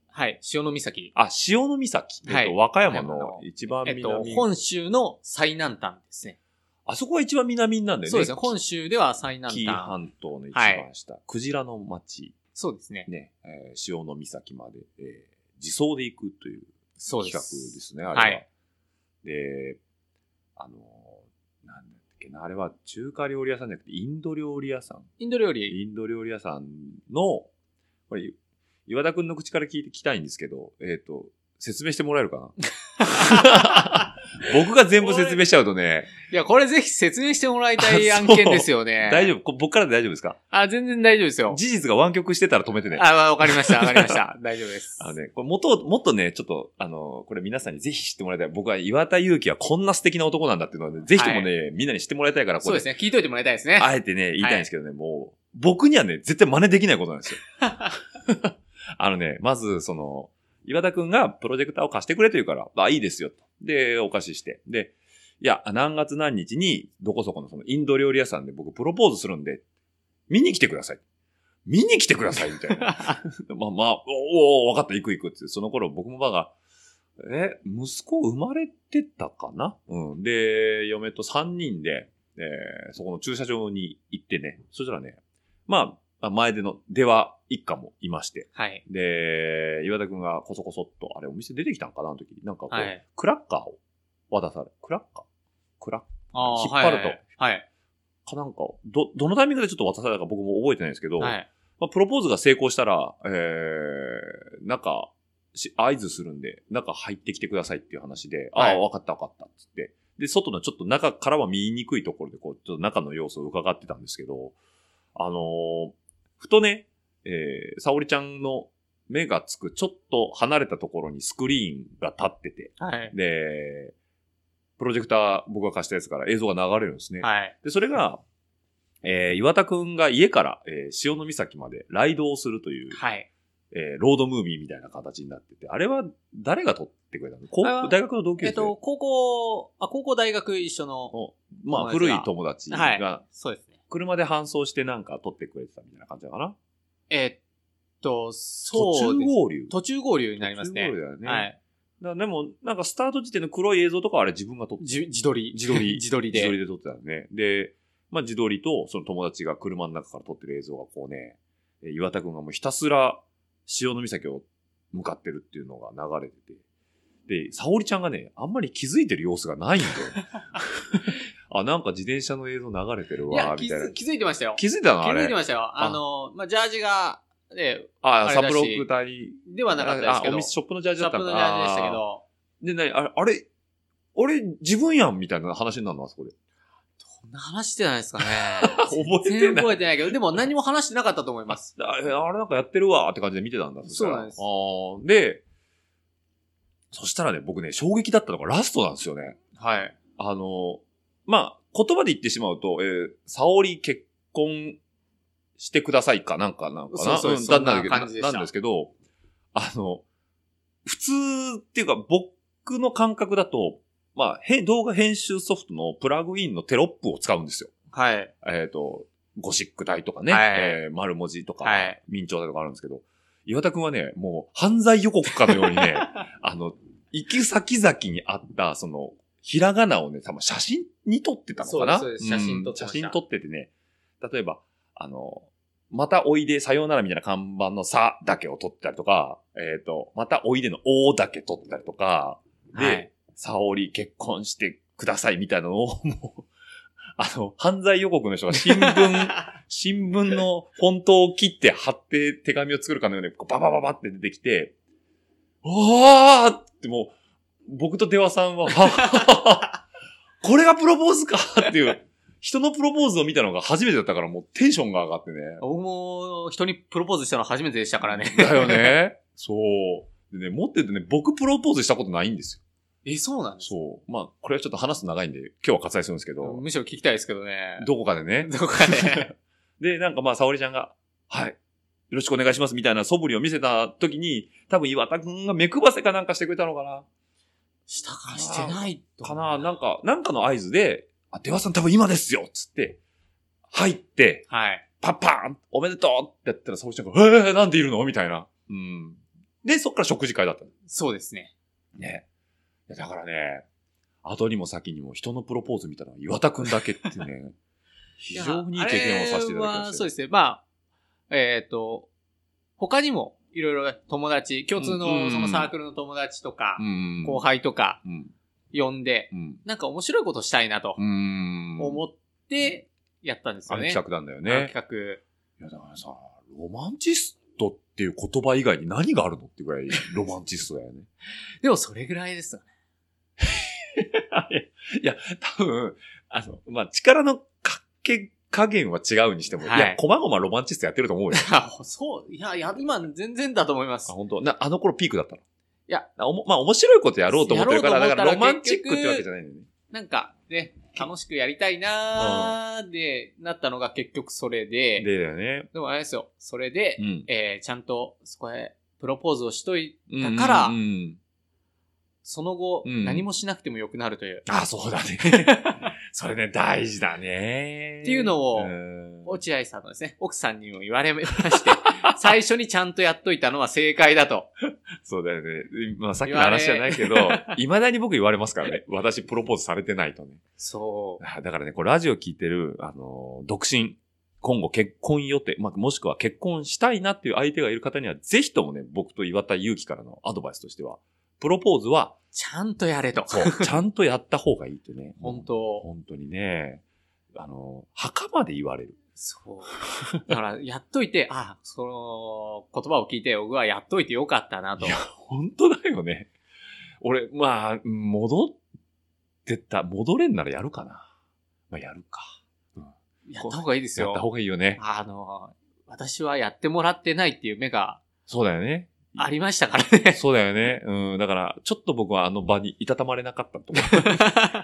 [SPEAKER 3] はい。潮の岬。
[SPEAKER 2] あ、潮の岬。えっ、
[SPEAKER 3] は
[SPEAKER 2] と、
[SPEAKER 3] い
[SPEAKER 2] 和歌山
[SPEAKER 3] 和歌
[SPEAKER 2] の
[SPEAKER 3] 山の
[SPEAKER 2] 一番
[SPEAKER 3] えっと
[SPEAKER 2] 南。、
[SPEAKER 3] 本州の最南端ですね。
[SPEAKER 2] あそこが一番南なんだよね。
[SPEAKER 3] そうですね。本州では最
[SPEAKER 2] 紀
[SPEAKER 3] 南
[SPEAKER 2] 伊
[SPEAKER 3] 端。
[SPEAKER 2] 半島の一番下、クジラの町、
[SPEAKER 3] そうですね。
[SPEAKER 2] ね、えー潮の岬まで、えー自走で行くという
[SPEAKER 3] そう
[SPEAKER 2] 企
[SPEAKER 3] で。
[SPEAKER 2] 画ですすね、あれは。
[SPEAKER 3] はい
[SPEAKER 2] で、あのーなんだっけな、あれは中華料理屋さんじゃなくて、インド料理屋さん。
[SPEAKER 3] インド料理。
[SPEAKER 2] インド料理屋さんの、これ、岩田くんの口から聞いてきたいんですけど、えっ、と、説明してもらえるかな 僕が全部説明しちゃうとね、
[SPEAKER 3] いや、これぜひ説明してもらいた い
[SPEAKER 2] あそ
[SPEAKER 3] 案
[SPEAKER 2] う
[SPEAKER 3] 件ですよね。
[SPEAKER 2] 大丈
[SPEAKER 3] 夫。
[SPEAKER 2] 夫こ僕からで大丈夫ですか
[SPEAKER 3] あ、全然大丈夫ですよ。
[SPEAKER 2] 事実が湾曲してたら止め てね。
[SPEAKER 3] あ、わわかりました。わかりました。 大丈夫です。
[SPEAKER 2] あのね、これもっと、もっとね、ちょっと、あの、これ皆さんにぜひ知ってもらいたい。僕は岩田祐希はこんな素敵な男なんだっていうのはね、ぜひともね、みんなに知ってもらいたいから、
[SPEAKER 3] そうです
[SPEAKER 2] ね。
[SPEAKER 3] ね。聞いといてもらいたいですね。
[SPEAKER 2] あえてね、言いたいんですけどね、もう、僕にはね、絶対真似できないことなんですよ。 あのね、まず、その、岩田くんがプロジェクターを貸してくれと言うから、あ、いいですよと。で、お貸しして。で、いや、何月何日に、どこそこのそのインド料理屋さんで僕プロポーズするんで、見に来てください。見に来てくださいみたいな。まあまあ、おお、わかった、行く行くって。その頃僕もばが、え、息子生まれてたかなうん。で、嫁と3人で、えーそこの駐車場に行ってね。そしたらね、まあ、あ前での出羽一家もいまして。
[SPEAKER 3] はい。
[SPEAKER 2] で、岩田くんがこそこそっと、あれお店出てきたんかなあの時。なんかこう、
[SPEAKER 3] はい。
[SPEAKER 2] クラッカーを渡され。クラッカークラッ
[SPEAKER 3] あー
[SPEAKER 2] 引っ張ると
[SPEAKER 3] はいはい。
[SPEAKER 2] カーなんかを、ど、どのタイミングでちょっと渡されたか僕も覚えてないんですけど、
[SPEAKER 3] はい。はい
[SPEAKER 2] まあ、プロポーズが成功したら、えー、中、し合図するんで、中入ってきてくださいっていう話で、
[SPEAKER 3] は
[SPEAKER 2] あ
[SPEAKER 3] い
[SPEAKER 2] あ、わかったわかったっつって。で、外のちょっと中からは見えにくいところで、こう、ちょっと中の様子を伺ってたんですけど、あのーふとね、えー、沙織ちゃんの目がつくちょっと離れたところにスクリーンが立ってて、
[SPEAKER 3] はい。
[SPEAKER 2] で、プロジェクター僕が貸したやつから映像が流れるんですね。
[SPEAKER 3] はい。
[SPEAKER 2] で、それが、えー岩田くんが家から、えー潮の岬までライドをするという、
[SPEAKER 3] はい。
[SPEAKER 2] えーロードムービーみたいな形になってて、あれは誰が撮ってくれたの高
[SPEAKER 3] あれは
[SPEAKER 2] 大学の同級
[SPEAKER 3] え
[SPEAKER 2] 生、
[SPEAKER 3] っと、高校、あ、高校大学一緒の、
[SPEAKER 2] のまあ、
[SPEAKER 3] 友達
[SPEAKER 2] 古
[SPEAKER 3] が
[SPEAKER 2] い友達
[SPEAKER 3] はい
[SPEAKER 2] が、。
[SPEAKER 3] そうですね。
[SPEAKER 2] 車で搬送してなんか撮ってくれてたみたいな感じだかな。
[SPEAKER 3] えっと、そ
[SPEAKER 2] 途中
[SPEAKER 3] うです。
[SPEAKER 2] 合流。
[SPEAKER 3] 途中合流になりますね
[SPEAKER 2] 途中。合流だよね。
[SPEAKER 3] はい。
[SPEAKER 2] だからでも、なんかスタート時点の黒い映像とかはあれ自分が撮って
[SPEAKER 3] じ自撮 り。
[SPEAKER 2] 自撮り。
[SPEAKER 3] 自撮りで。
[SPEAKER 2] 自撮りで撮ってたのね。で、まあ自撮りと、その友達が車の中から撮ってる映像がこうね、えー岩田くんがもうひたすら潮の岬を向かってるっていうのが流れてて、で、沙織ちゃんがね、あんまり気づいてる様子がないんだよ。 あ、なんか自転車の映像流れてる
[SPEAKER 3] いや
[SPEAKER 2] わ、、み
[SPEAKER 3] 気
[SPEAKER 2] たいな
[SPEAKER 3] づ。気づいてましたよ。
[SPEAKER 2] 気づいたのあ
[SPEAKER 3] 気づいて
[SPEAKER 2] れ。
[SPEAKER 3] ましたよ。
[SPEAKER 2] あ
[SPEAKER 3] あの、まあ、ジャージが、で、
[SPEAKER 2] あ、
[SPEAKER 3] あれ
[SPEAKER 2] サ
[SPEAKER 3] だし
[SPEAKER 2] ブロック隊。
[SPEAKER 3] ではなかったですけ
[SPEAKER 2] あ、お
[SPEAKER 3] ど。
[SPEAKER 2] 店、ショップのジャージ
[SPEAKER 3] シャ
[SPEAKER 2] だっ
[SPEAKER 3] ープ
[SPEAKER 2] たの
[SPEAKER 3] の
[SPEAKER 2] か
[SPEAKER 3] ジャージでしたけ。ど、
[SPEAKER 2] あーで、なに、あれ、あれ、俺、自分やんみたいな話になるのあそこで。
[SPEAKER 3] こんな話してないですかね。
[SPEAKER 2] 覚え
[SPEAKER 3] 全
[SPEAKER 2] て
[SPEAKER 3] 然
[SPEAKER 2] ない。
[SPEAKER 3] 覚えてないけ ど、でも何も話してなかったと思います。
[SPEAKER 2] ああれなんかやってるわーって感じで見てたんだ。したら
[SPEAKER 3] そうなんです
[SPEAKER 2] あーで、そしたらね、僕ね、衝撃だったのがラストなんですよね。
[SPEAKER 3] はい。
[SPEAKER 2] あの、まあ、言葉で言ってしまうと、えー、沙織結婚してくださいかなんかなんかな。
[SPEAKER 3] そうそうんそんな
[SPEAKER 2] だけど
[SPEAKER 3] 感じでした
[SPEAKER 2] なんですけど、あの、普通っていうか僕の感覚だと、まあ、へ動画編集ソフトのプラグインのテロップを使うんですよ。
[SPEAKER 3] はい。
[SPEAKER 2] えっ、と、ゴシック体とかね、
[SPEAKER 3] はい
[SPEAKER 2] えー丸文字とか、
[SPEAKER 3] はい
[SPEAKER 2] 明朝体とかあるんですけど、岩田くんはね、もう犯罪予告かのように ね、あの、行き先々にあった、その、ひらがなをね、多分写真に撮ってたのかな
[SPEAKER 3] そうですそうです写真
[SPEAKER 2] うん
[SPEAKER 3] 撮ってました
[SPEAKER 2] 写真撮っててね、例えば、あの、またおいで、さようならみたいな看板のさだけを撮ってたりとか、えっ、と、またおいでのおだけ撮ってたりとか、で、
[SPEAKER 3] はい
[SPEAKER 2] 沙織結婚してくださいみたいなのを、 もう、あの、犯罪予告の人が新 聞、新聞のフォントを切って貼って手紙を作るかのように、こうババババって出てきて、あーってもう、僕と出羽さんは、 はぁこれがプロポーズかっていう、人のプロポーズを見たのが初めてだったから、もうテンションが上がってね。
[SPEAKER 3] 僕も人にプロポーズしたの初めてでしたから ね。
[SPEAKER 2] だよね。そう。でね、持っててね、僕プロポーズしたことないんですよ
[SPEAKER 3] え、そうなんです
[SPEAKER 2] そう。まあ、これはちょっと話すと長いんで、今日は割愛するんですけど、
[SPEAKER 3] むしろ聞きたいですけどね。
[SPEAKER 2] どこかで ね。
[SPEAKER 3] どこかで。
[SPEAKER 2] で、なんかまあ、沙織ちゃんが、はい、よろしくお願いしますみたいな素振りを見せた時に、多分岩田くんが目配せかなんかしてくれたのかな
[SPEAKER 3] 下からしてないと
[SPEAKER 2] かななんか、なんかの合図で、あ、出羽さん多分今ですよっつって、入って、
[SPEAKER 3] はい。
[SPEAKER 2] パッパーンおめでとうってやったら沙織ちゃんが、えー、なんでいるのみたいな。うん。で、そっから食事会だったの。
[SPEAKER 3] そうですね。
[SPEAKER 2] ね。いやだからね、後にも先にも人のプロポーズ見たのは岩田くんだけって ね、非常にいい経験をさせていただき
[SPEAKER 3] あれ
[SPEAKER 2] ま
[SPEAKER 3] は
[SPEAKER 2] し
[SPEAKER 3] そ
[SPEAKER 2] た
[SPEAKER 3] う
[SPEAKER 2] よ。
[SPEAKER 3] ですね。まあ、えっ、と、他にもいろいろ友達、共通
[SPEAKER 2] うんう
[SPEAKER 3] の
[SPEAKER 2] ん
[SPEAKER 3] そのサークルの友達とか
[SPEAKER 2] う、ん。
[SPEAKER 3] 後輩とか
[SPEAKER 2] うん。
[SPEAKER 3] 呼んで、
[SPEAKER 2] うん。
[SPEAKER 3] なんか面白いことしたいなと
[SPEAKER 2] うん。
[SPEAKER 3] 思ってやったんです
[SPEAKER 2] あ
[SPEAKER 3] よ
[SPEAKER 2] の
[SPEAKER 3] ね。
[SPEAKER 2] 企画なんだよ
[SPEAKER 3] あの
[SPEAKER 2] ね。
[SPEAKER 3] 企画。
[SPEAKER 2] いや、だからさ、ロマンチストっていう言葉以外に何があるのっていうぐらいロマンチストだよね。
[SPEAKER 3] でもそれぐらいですよね。
[SPEAKER 2] いや、多分、あの、まあ、力のかけ加減は違うにしても、
[SPEAKER 3] はい
[SPEAKER 2] い、や、こまごまロマンチストやってると思うよ。
[SPEAKER 3] あそう、いや、いや、今全然だと思います
[SPEAKER 2] あ、。本当な、あの頃ピークだったのい
[SPEAKER 3] や、
[SPEAKER 2] あおもまあ、面白いことやろうと思ってるから、
[SPEAKER 3] やろ
[SPEAKER 2] だ
[SPEAKER 3] うと思
[SPEAKER 2] か
[SPEAKER 3] ったら
[SPEAKER 2] らロマンチックってわけじゃないんだよね。
[SPEAKER 3] なんかね、楽しくやりたいなーで、なったのが結局それで、
[SPEAKER 2] で
[SPEAKER 3] で
[SPEAKER 2] だよね。
[SPEAKER 3] もあれですよ、それで、
[SPEAKER 2] ん。
[SPEAKER 3] えーちゃんとそこへプロポーズをしとい
[SPEAKER 2] うん
[SPEAKER 3] だから
[SPEAKER 2] うんうん
[SPEAKER 3] その後、
[SPEAKER 2] うん
[SPEAKER 3] 何もしなくても良くなるという、
[SPEAKER 2] あ、そうだね。 それね、大事だね。
[SPEAKER 3] っていうのを
[SPEAKER 2] うん
[SPEAKER 3] 落合さんのですね、奥さんにも言われま して、最初にちゃんとやっといたのは正解だと。
[SPEAKER 2] そうだよね。まあ、さっきの話じゃない けど、未だに僕言われますからね。私、プロポーズされてないとね。
[SPEAKER 3] そう。
[SPEAKER 2] あだからね、これラジオ聞いてる、あのー、独身、今後結婚予定、まあ、もしくは結婚したいなっていう相手がいる方には、ぜひともね、僕と岩田祐希からのアドバイスとしては、プロポーズは、
[SPEAKER 3] ちゃんとやれと。
[SPEAKER 2] そう、ちゃんとやった方がいいってね。
[SPEAKER 3] 本当。
[SPEAKER 2] 本当にね、あの、墓まで言われる。
[SPEAKER 3] そう。だから、やっといて、あ、その、言葉を聞いて、僕はやっといてよかったなと
[SPEAKER 2] い。や本当だよね。俺、まあ、戻ってった、戻れんならやるかな。まあ、やるか。
[SPEAKER 3] やった方がいいです
[SPEAKER 2] やった
[SPEAKER 3] よ。
[SPEAKER 2] 方がいいよね。
[SPEAKER 3] あの、私はやってもらってないっていう目が
[SPEAKER 2] そうだよね。
[SPEAKER 3] ありましたからね。
[SPEAKER 2] そうだよね。うん。だから、ちょっと僕はあの場にいたたまれなかったと 思う。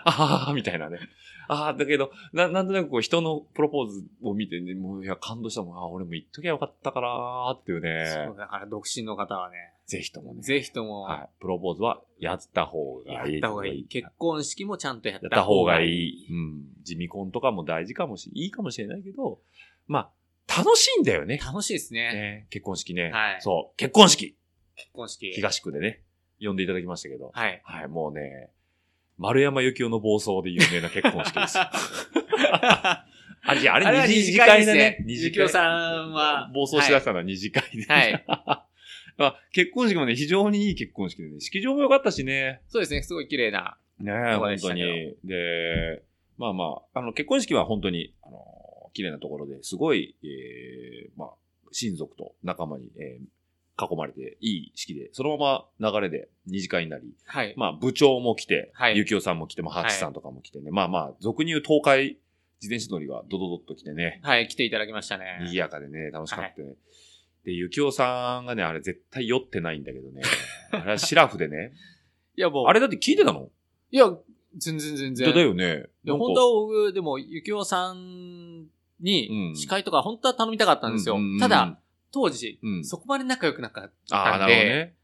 [SPEAKER 2] あはははみたいなね。ああ、だけど、な、なんとなくこう人のプロポーズを見てね、もう、いや、感動したもん。ああ、俺も言っときゃよかったからーっていうね
[SPEAKER 3] そ。うだから、独身の方はね、
[SPEAKER 2] ぜひともね。
[SPEAKER 3] ぜひとも、
[SPEAKER 2] はい。プロポーズはやった方
[SPEAKER 3] や
[SPEAKER 2] がいい。
[SPEAKER 3] った方がいい。結婚式もちゃんとやっ
[SPEAKER 2] やったた
[SPEAKER 3] 方
[SPEAKER 2] 方
[SPEAKER 3] が
[SPEAKER 2] が
[SPEAKER 3] い
[SPEAKER 2] い
[SPEAKER 3] い。
[SPEAKER 2] い。うん。地味婚とかも大事かもし、いいかもしれないけど、まあ、楽しいんだよね。
[SPEAKER 3] 楽しいですね。
[SPEAKER 2] ね結婚式ね。
[SPEAKER 3] はい
[SPEAKER 2] そう。結婚式
[SPEAKER 3] 結婚式。
[SPEAKER 2] 東区でね、呼んでいただきましたけど。
[SPEAKER 3] はい。
[SPEAKER 2] はい、もうね、丸山幸雄の暴走で有名な結婚式 です。あれ、あれ、
[SPEAKER 3] は
[SPEAKER 2] 二次会だね。
[SPEAKER 3] 二次会ですねゆきおさんは。
[SPEAKER 2] 暴走しだしたのは二次会で。
[SPEAKER 3] はい
[SPEAKER 2] まあ、結婚式もね、非常にいい結婚式でね、式場も良かったしね。
[SPEAKER 3] そうですね、すごい綺麗な。
[SPEAKER 2] ね
[SPEAKER 3] そう
[SPEAKER 2] 本
[SPEAKER 3] でし
[SPEAKER 2] 当
[SPEAKER 3] たけど
[SPEAKER 2] に。で、まあまあ、あの、結婚式は本当に、あの、綺麗なところですごい、えーまあ、親族と仲間に、えー囲まれて、いい式で、そのまま流れで二次会になり、
[SPEAKER 3] はい。
[SPEAKER 2] まあ、部長も来て、
[SPEAKER 3] はい
[SPEAKER 2] ゆきおさんも来て、まあ、ハチさんとかも来てね、まあまあ、俗に言う東海自転車乗りがドドドッと来てね、
[SPEAKER 3] はい、来ていただきましたね。
[SPEAKER 2] 賑やかでね、楽しかったね。で、ゆきおさんがね、あれ絶対酔ってないんだけどね、あれはシラフでね、
[SPEAKER 3] いや、もう。
[SPEAKER 2] あれだって聞いてたの
[SPEAKER 3] いや、全然全
[SPEAKER 2] だ
[SPEAKER 3] 然。
[SPEAKER 2] だよね。
[SPEAKER 3] で
[SPEAKER 2] なんか
[SPEAKER 3] 本当は僕、でも、ゆきおさん
[SPEAKER 2] う
[SPEAKER 3] に
[SPEAKER 2] ん、
[SPEAKER 3] 司会とか本当は頼みたかったんですよ
[SPEAKER 2] ううう。ん
[SPEAKER 3] ただ、当時、
[SPEAKER 2] うん。
[SPEAKER 3] そこまで仲良くなかっ
[SPEAKER 2] あ
[SPEAKER 3] た
[SPEAKER 2] あ、
[SPEAKER 3] ん
[SPEAKER 2] なるほど
[SPEAKER 3] で、
[SPEAKER 2] ね。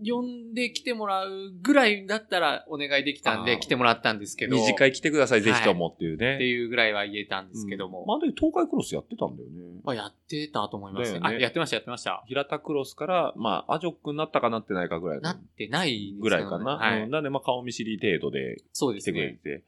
[SPEAKER 3] 呼んで来てもらうぐらいだったらお願いできたん
[SPEAKER 2] あ
[SPEAKER 3] で
[SPEAKER 2] ー
[SPEAKER 3] 来てもらったんですけど、
[SPEAKER 2] 二次会来てください、ぜひともっていう
[SPEAKER 3] って
[SPEAKER 2] ね。
[SPEAKER 3] いうぐらいは言えたんですけど
[SPEAKER 2] う
[SPEAKER 3] も
[SPEAKER 2] ん。まあ、で、東海クロスやってたんだよね。
[SPEAKER 3] まあ、やってたと思いますね。
[SPEAKER 2] だよ
[SPEAKER 3] あ、
[SPEAKER 2] ね
[SPEAKER 3] やってました、やってました。
[SPEAKER 2] 平田クロスから、まあ、アジョックになったかなってないかぐらい
[SPEAKER 3] な
[SPEAKER 2] の
[SPEAKER 3] ってないですよね
[SPEAKER 2] ぐらいかな。
[SPEAKER 3] はい
[SPEAKER 2] うんなんで、まあ、顔見知り程度で
[SPEAKER 3] そうで
[SPEAKER 2] 来
[SPEAKER 3] す
[SPEAKER 2] てくれ
[SPEAKER 3] ね。
[SPEAKER 2] て。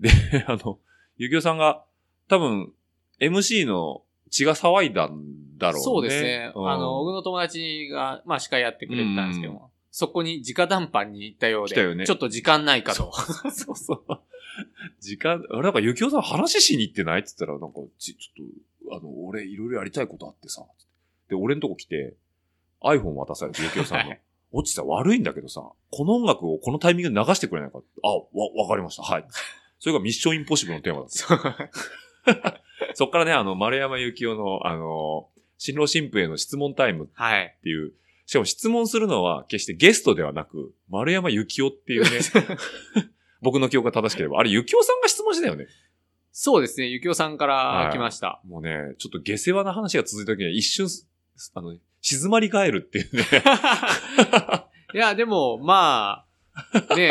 [SPEAKER 2] で、 あの、ゆきおさんが、多分、MC の血が騒いだんだろうね。
[SPEAKER 3] そうですね。
[SPEAKER 2] うん
[SPEAKER 3] あの、僕の友達が、まあ、司会やってくれてたんですけども、そこに直談判に行ったよう
[SPEAKER 2] 来た
[SPEAKER 3] で、
[SPEAKER 2] よね
[SPEAKER 3] ちょっと時間ないかと。
[SPEAKER 2] そうそう。時間、あれなんか、ゆきおさん話しに行ってないって言ったら、なんか、ち、ちょっと、あの、俺、いろいろやりたいことあってさ、つってで、俺んとこ来て、iPhone 渡されて、ゆきおさん
[SPEAKER 3] は
[SPEAKER 2] の。落ちさ、悪いんだけどさ、この音楽をこのタイミングで流してくれないかってあ、わ、わかりました。はい。それがミッションインポッシブルのテーマだった。
[SPEAKER 3] そう
[SPEAKER 2] そっからね、あの、丸山ゆきおの、あの、新郎新婦への質問タイムっ
[SPEAKER 3] はい。
[SPEAKER 2] ていう、しかも質問するのは決してゲストではなく、丸山ゆきおって いうね、僕の記憶が正しければ、あれ、ゆきおさんが質問してたよね。
[SPEAKER 3] そうですね。ゆきおさんから来 ました。
[SPEAKER 2] もうね、ちょっと下世話な話が続いた時には一瞬す、あの、静まり返るって いうね。
[SPEAKER 3] い、や、でも、まあ、ね、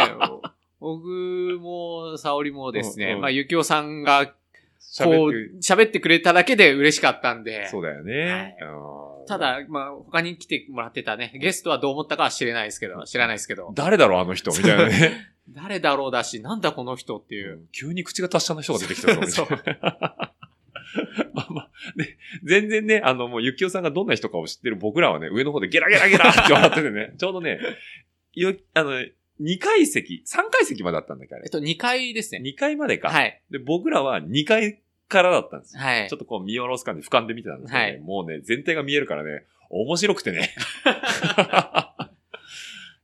[SPEAKER 3] 僕も、沙織もですね、
[SPEAKER 2] うんうん
[SPEAKER 3] まあ、ゆきおさんが、こう
[SPEAKER 2] 喋って、
[SPEAKER 3] 喋ってくれただけで嬉しかったんで、
[SPEAKER 2] そうだよね。うん
[SPEAKER 3] た、だ、まあ、他に来てもらってたね、ゲストはどう思ったかは知れないですけど、知らないですけど、
[SPEAKER 2] 誰だろう、あの人、みたいなね。
[SPEAKER 3] 誰だろうだし、なんだこの人っていう。
[SPEAKER 2] 急に口が達者な人が出てき たぞ、みたいな。まあまあ、ね、全然ね、あの、もう、ゆきおさんがどんな人かを知ってる僕らはね、上の方でゲラゲラゲラって笑ってて ね、ちょうどね、よ、あの、2階席、3階席まであったんだっけ、あ
[SPEAKER 3] えっ
[SPEAKER 2] れ。
[SPEAKER 3] と、2階ですね。
[SPEAKER 2] 2階までか。
[SPEAKER 3] はい。
[SPEAKER 2] で、僕らは2階からだったんですよ。
[SPEAKER 3] はい
[SPEAKER 2] ちょ。っとこう見下ろす感じで俯瞰で見てたんですけどね、
[SPEAKER 3] はい
[SPEAKER 2] もうね、全体が見えるからね、面白くてね。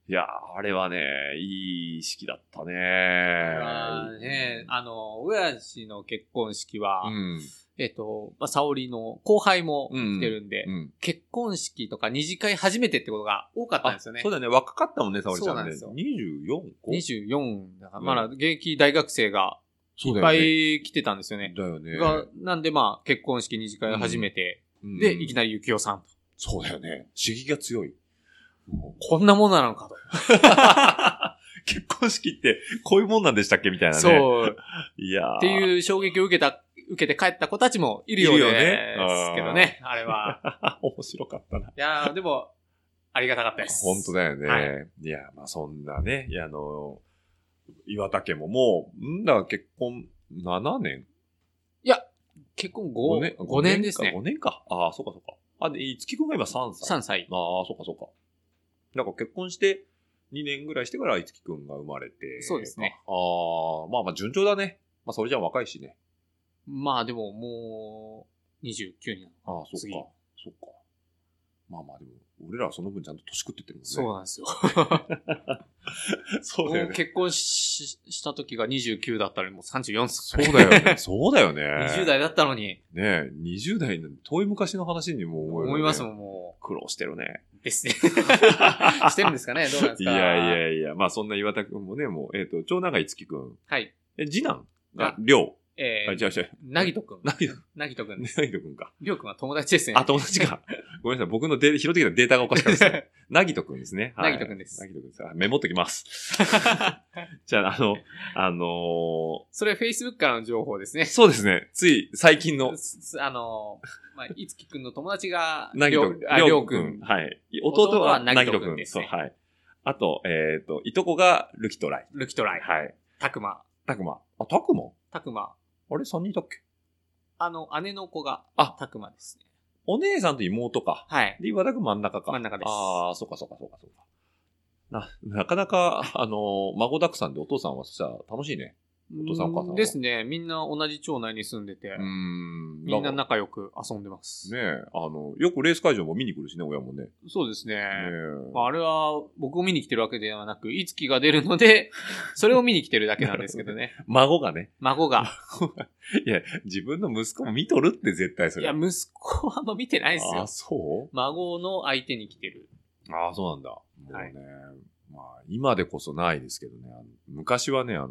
[SPEAKER 2] いやー、あれはね、いい意識だったね。
[SPEAKER 3] まあね、あの、親父の結婚式は、
[SPEAKER 2] うん。
[SPEAKER 3] えっと、まあ、沙織の後輩も来てるんで、
[SPEAKER 2] うん。
[SPEAKER 3] 結婚式とか二次会初めてってことが多かったんですよね。
[SPEAKER 2] そうだね、若かったもんね、沙織ちゃんね。
[SPEAKER 3] そうなん
[SPEAKER 2] 24?5?
[SPEAKER 3] 24だから、
[SPEAKER 2] うん
[SPEAKER 3] まだ現役大学生が
[SPEAKER 2] そう
[SPEAKER 3] いっ
[SPEAKER 2] だ
[SPEAKER 3] ぱ
[SPEAKER 2] よね。
[SPEAKER 3] い来てたんですよね。
[SPEAKER 2] だよね。
[SPEAKER 3] がなんでまあ、結婚式二次会初めて、
[SPEAKER 2] うん
[SPEAKER 3] で、いきなり幸男さんと。
[SPEAKER 2] そうだよね。刺激が強い。 もう
[SPEAKER 3] こんなもんなのかと。
[SPEAKER 2] 結婚式ってこういうもんなんでしたっけみたいなね。う。
[SPEAKER 3] そう。
[SPEAKER 2] いやー
[SPEAKER 3] っていう衝撃を受けた、受けて帰った子たちもいるよう
[SPEAKER 2] いるよね
[SPEAKER 3] ですけどね、あれは。
[SPEAKER 2] 面白かったな。
[SPEAKER 3] いやーでも、ありがたかったです。
[SPEAKER 2] 本当だよね。、
[SPEAKER 3] はい
[SPEAKER 2] や、まあそんなね、いやあの、岩田家ももう、んだから結婚7年
[SPEAKER 3] 結婚
[SPEAKER 2] ?5
[SPEAKER 3] 5,
[SPEAKER 2] 年
[SPEAKER 3] 5, 年ですね
[SPEAKER 2] 5。年か。ああ、そうかそうか。あ、で、月くんが今3歳。
[SPEAKER 3] 3歳。
[SPEAKER 2] ああ、そうかそうか。なんか結婚して2年ぐらいしてから樹くんが生まれて。
[SPEAKER 3] そうですね。
[SPEAKER 2] ああ、まあまあ順調だね。まあそれじゃあ若いしね。
[SPEAKER 3] まあでももう、29になる。
[SPEAKER 2] ああ、そっ
[SPEAKER 3] 次
[SPEAKER 2] か。そっか。まあまあでも、俺らはその分ちゃんと年食ってってるもんね。
[SPEAKER 3] そうなんですよ。
[SPEAKER 2] そうだよ
[SPEAKER 3] もう
[SPEAKER 2] ね。
[SPEAKER 3] 結婚しした時が29だったのにもう34
[SPEAKER 2] そ
[SPEAKER 3] 歳。
[SPEAKER 2] う だよね。そうだよね。
[SPEAKER 3] 20代だったのに、
[SPEAKER 2] ねえ、20代の遠い昔の話にも思える、ね。
[SPEAKER 3] 思いますもん、も
[SPEAKER 2] 苦労してるね。
[SPEAKER 3] う。で すね。してるんですかねどうなんです
[SPEAKER 2] い
[SPEAKER 3] か
[SPEAKER 2] やい
[SPEAKER 3] や。
[SPEAKER 2] やいや、まあそんな岩田くんもね、もう、えっ、と、長男がいつきくん。
[SPEAKER 3] はい。
[SPEAKER 2] え、次男が
[SPEAKER 3] あ、
[SPEAKER 2] りょ
[SPEAKER 3] え
[SPEAKER 2] う。あ、違う
[SPEAKER 3] ー、
[SPEAKER 2] 違う。
[SPEAKER 3] なぎとくん。
[SPEAKER 2] なぎ と
[SPEAKER 3] なぎとくんです。
[SPEAKER 2] なぎとくんか。
[SPEAKER 3] りょうくんは友達ですね。
[SPEAKER 2] あ、友達 か。ごめんなさい。僕のデータ、拾ってきたデータがおかしかったですね。なぎとくんですね。
[SPEAKER 3] なぎとくんです
[SPEAKER 2] なぎとくんです。あメモっときます。 じゃあ、あの、あの
[SPEAKER 3] それ Facebook からの情報です
[SPEAKER 2] ー
[SPEAKER 3] ね。
[SPEAKER 2] そうですね。つい最近の、
[SPEAKER 3] すあの、まあ、いつきくんの友達が、
[SPEAKER 2] なぎとくん
[SPEAKER 3] りょう。ありょうく、
[SPEAKER 2] りょうんはい。
[SPEAKER 3] 弟
[SPEAKER 2] 弟
[SPEAKER 3] は
[SPEAKER 2] は
[SPEAKER 3] な
[SPEAKER 2] な
[SPEAKER 3] ぎ
[SPEAKER 2] ぎ
[SPEAKER 3] と
[SPEAKER 2] と
[SPEAKER 3] く
[SPEAKER 2] く
[SPEAKER 3] ん
[SPEAKER 2] ん
[SPEAKER 3] です
[SPEAKER 2] そう、
[SPEAKER 3] ね
[SPEAKER 2] はい。あと、えっ、と、いとこがルキとライ。
[SPEAKER 3] ルキトライ、
[SPEAKER 2] はい。
[SPEAKER 3] たくま、
[SPEAKER 2] たくま。あ、たくま
[SPEAKER 3] たくま、
[SPEAKER 2] あれ ?3 人いたっけ
[SPEAKER 3] あの、姉の子が、
[SPEAKER 2] あ
[SPEAKER 3] たくまですね。
[SPEAKER 2] お姉さんと妹か。
[SPEAKER 3] はい。
[SPEAKER 2] で、岩田くん真ん中か。
[SPEAKER 3] 真ん中です
[SPEAKER 2] ああ、そうかそうかそうかそうか。な、なかなか、あのー孫だくさんでお父さんはそしたら楽しいね。
[SPEAKER 3] お
[SPEAKER 2] 父さんお母さんは
[SPEAKER 3] ですね。みんな同じ町内に住んでて、
[SPEAKER 2] ん
[SPEAKER 3] みんな
[SPEAKER 2] ね
[SPEAKER 3] 仲良く遊んでます。
[SPEAKER 2] え、あの、よくレース会場も見に来るしね、親もね。ね
[SPEAKER 3] そうですね。
[SPEAKER 2] え
[SPEAKER 3] まあ、あれは、僕を見に来てるわけではなく、いつきが出る ので、それを見に来てるだけなんですけどね。
[SPEAKER 2] 孫がね。
[SPEAKER 3] 孫が。
[SPEAKER 2] いや、自分の息子も見とるって絶対そ
[SPEAKER 3] い
[SPEAKER 2] れ。
[SPEAKER 3] や、息子はあんま見てないです
[SPEAKER 2] あ
[SPEAKER 3] よ
[SPEAKER 2] あ、。そう
[SPEAKER 3] 孫の相手に来てる。
[SPEAKER 2] ああ、そうなんだ。もうね、
[SPEAKER 3] はい
[SPEAKER 2] まあ、今でこそないですけどね、あの昔はね、あの、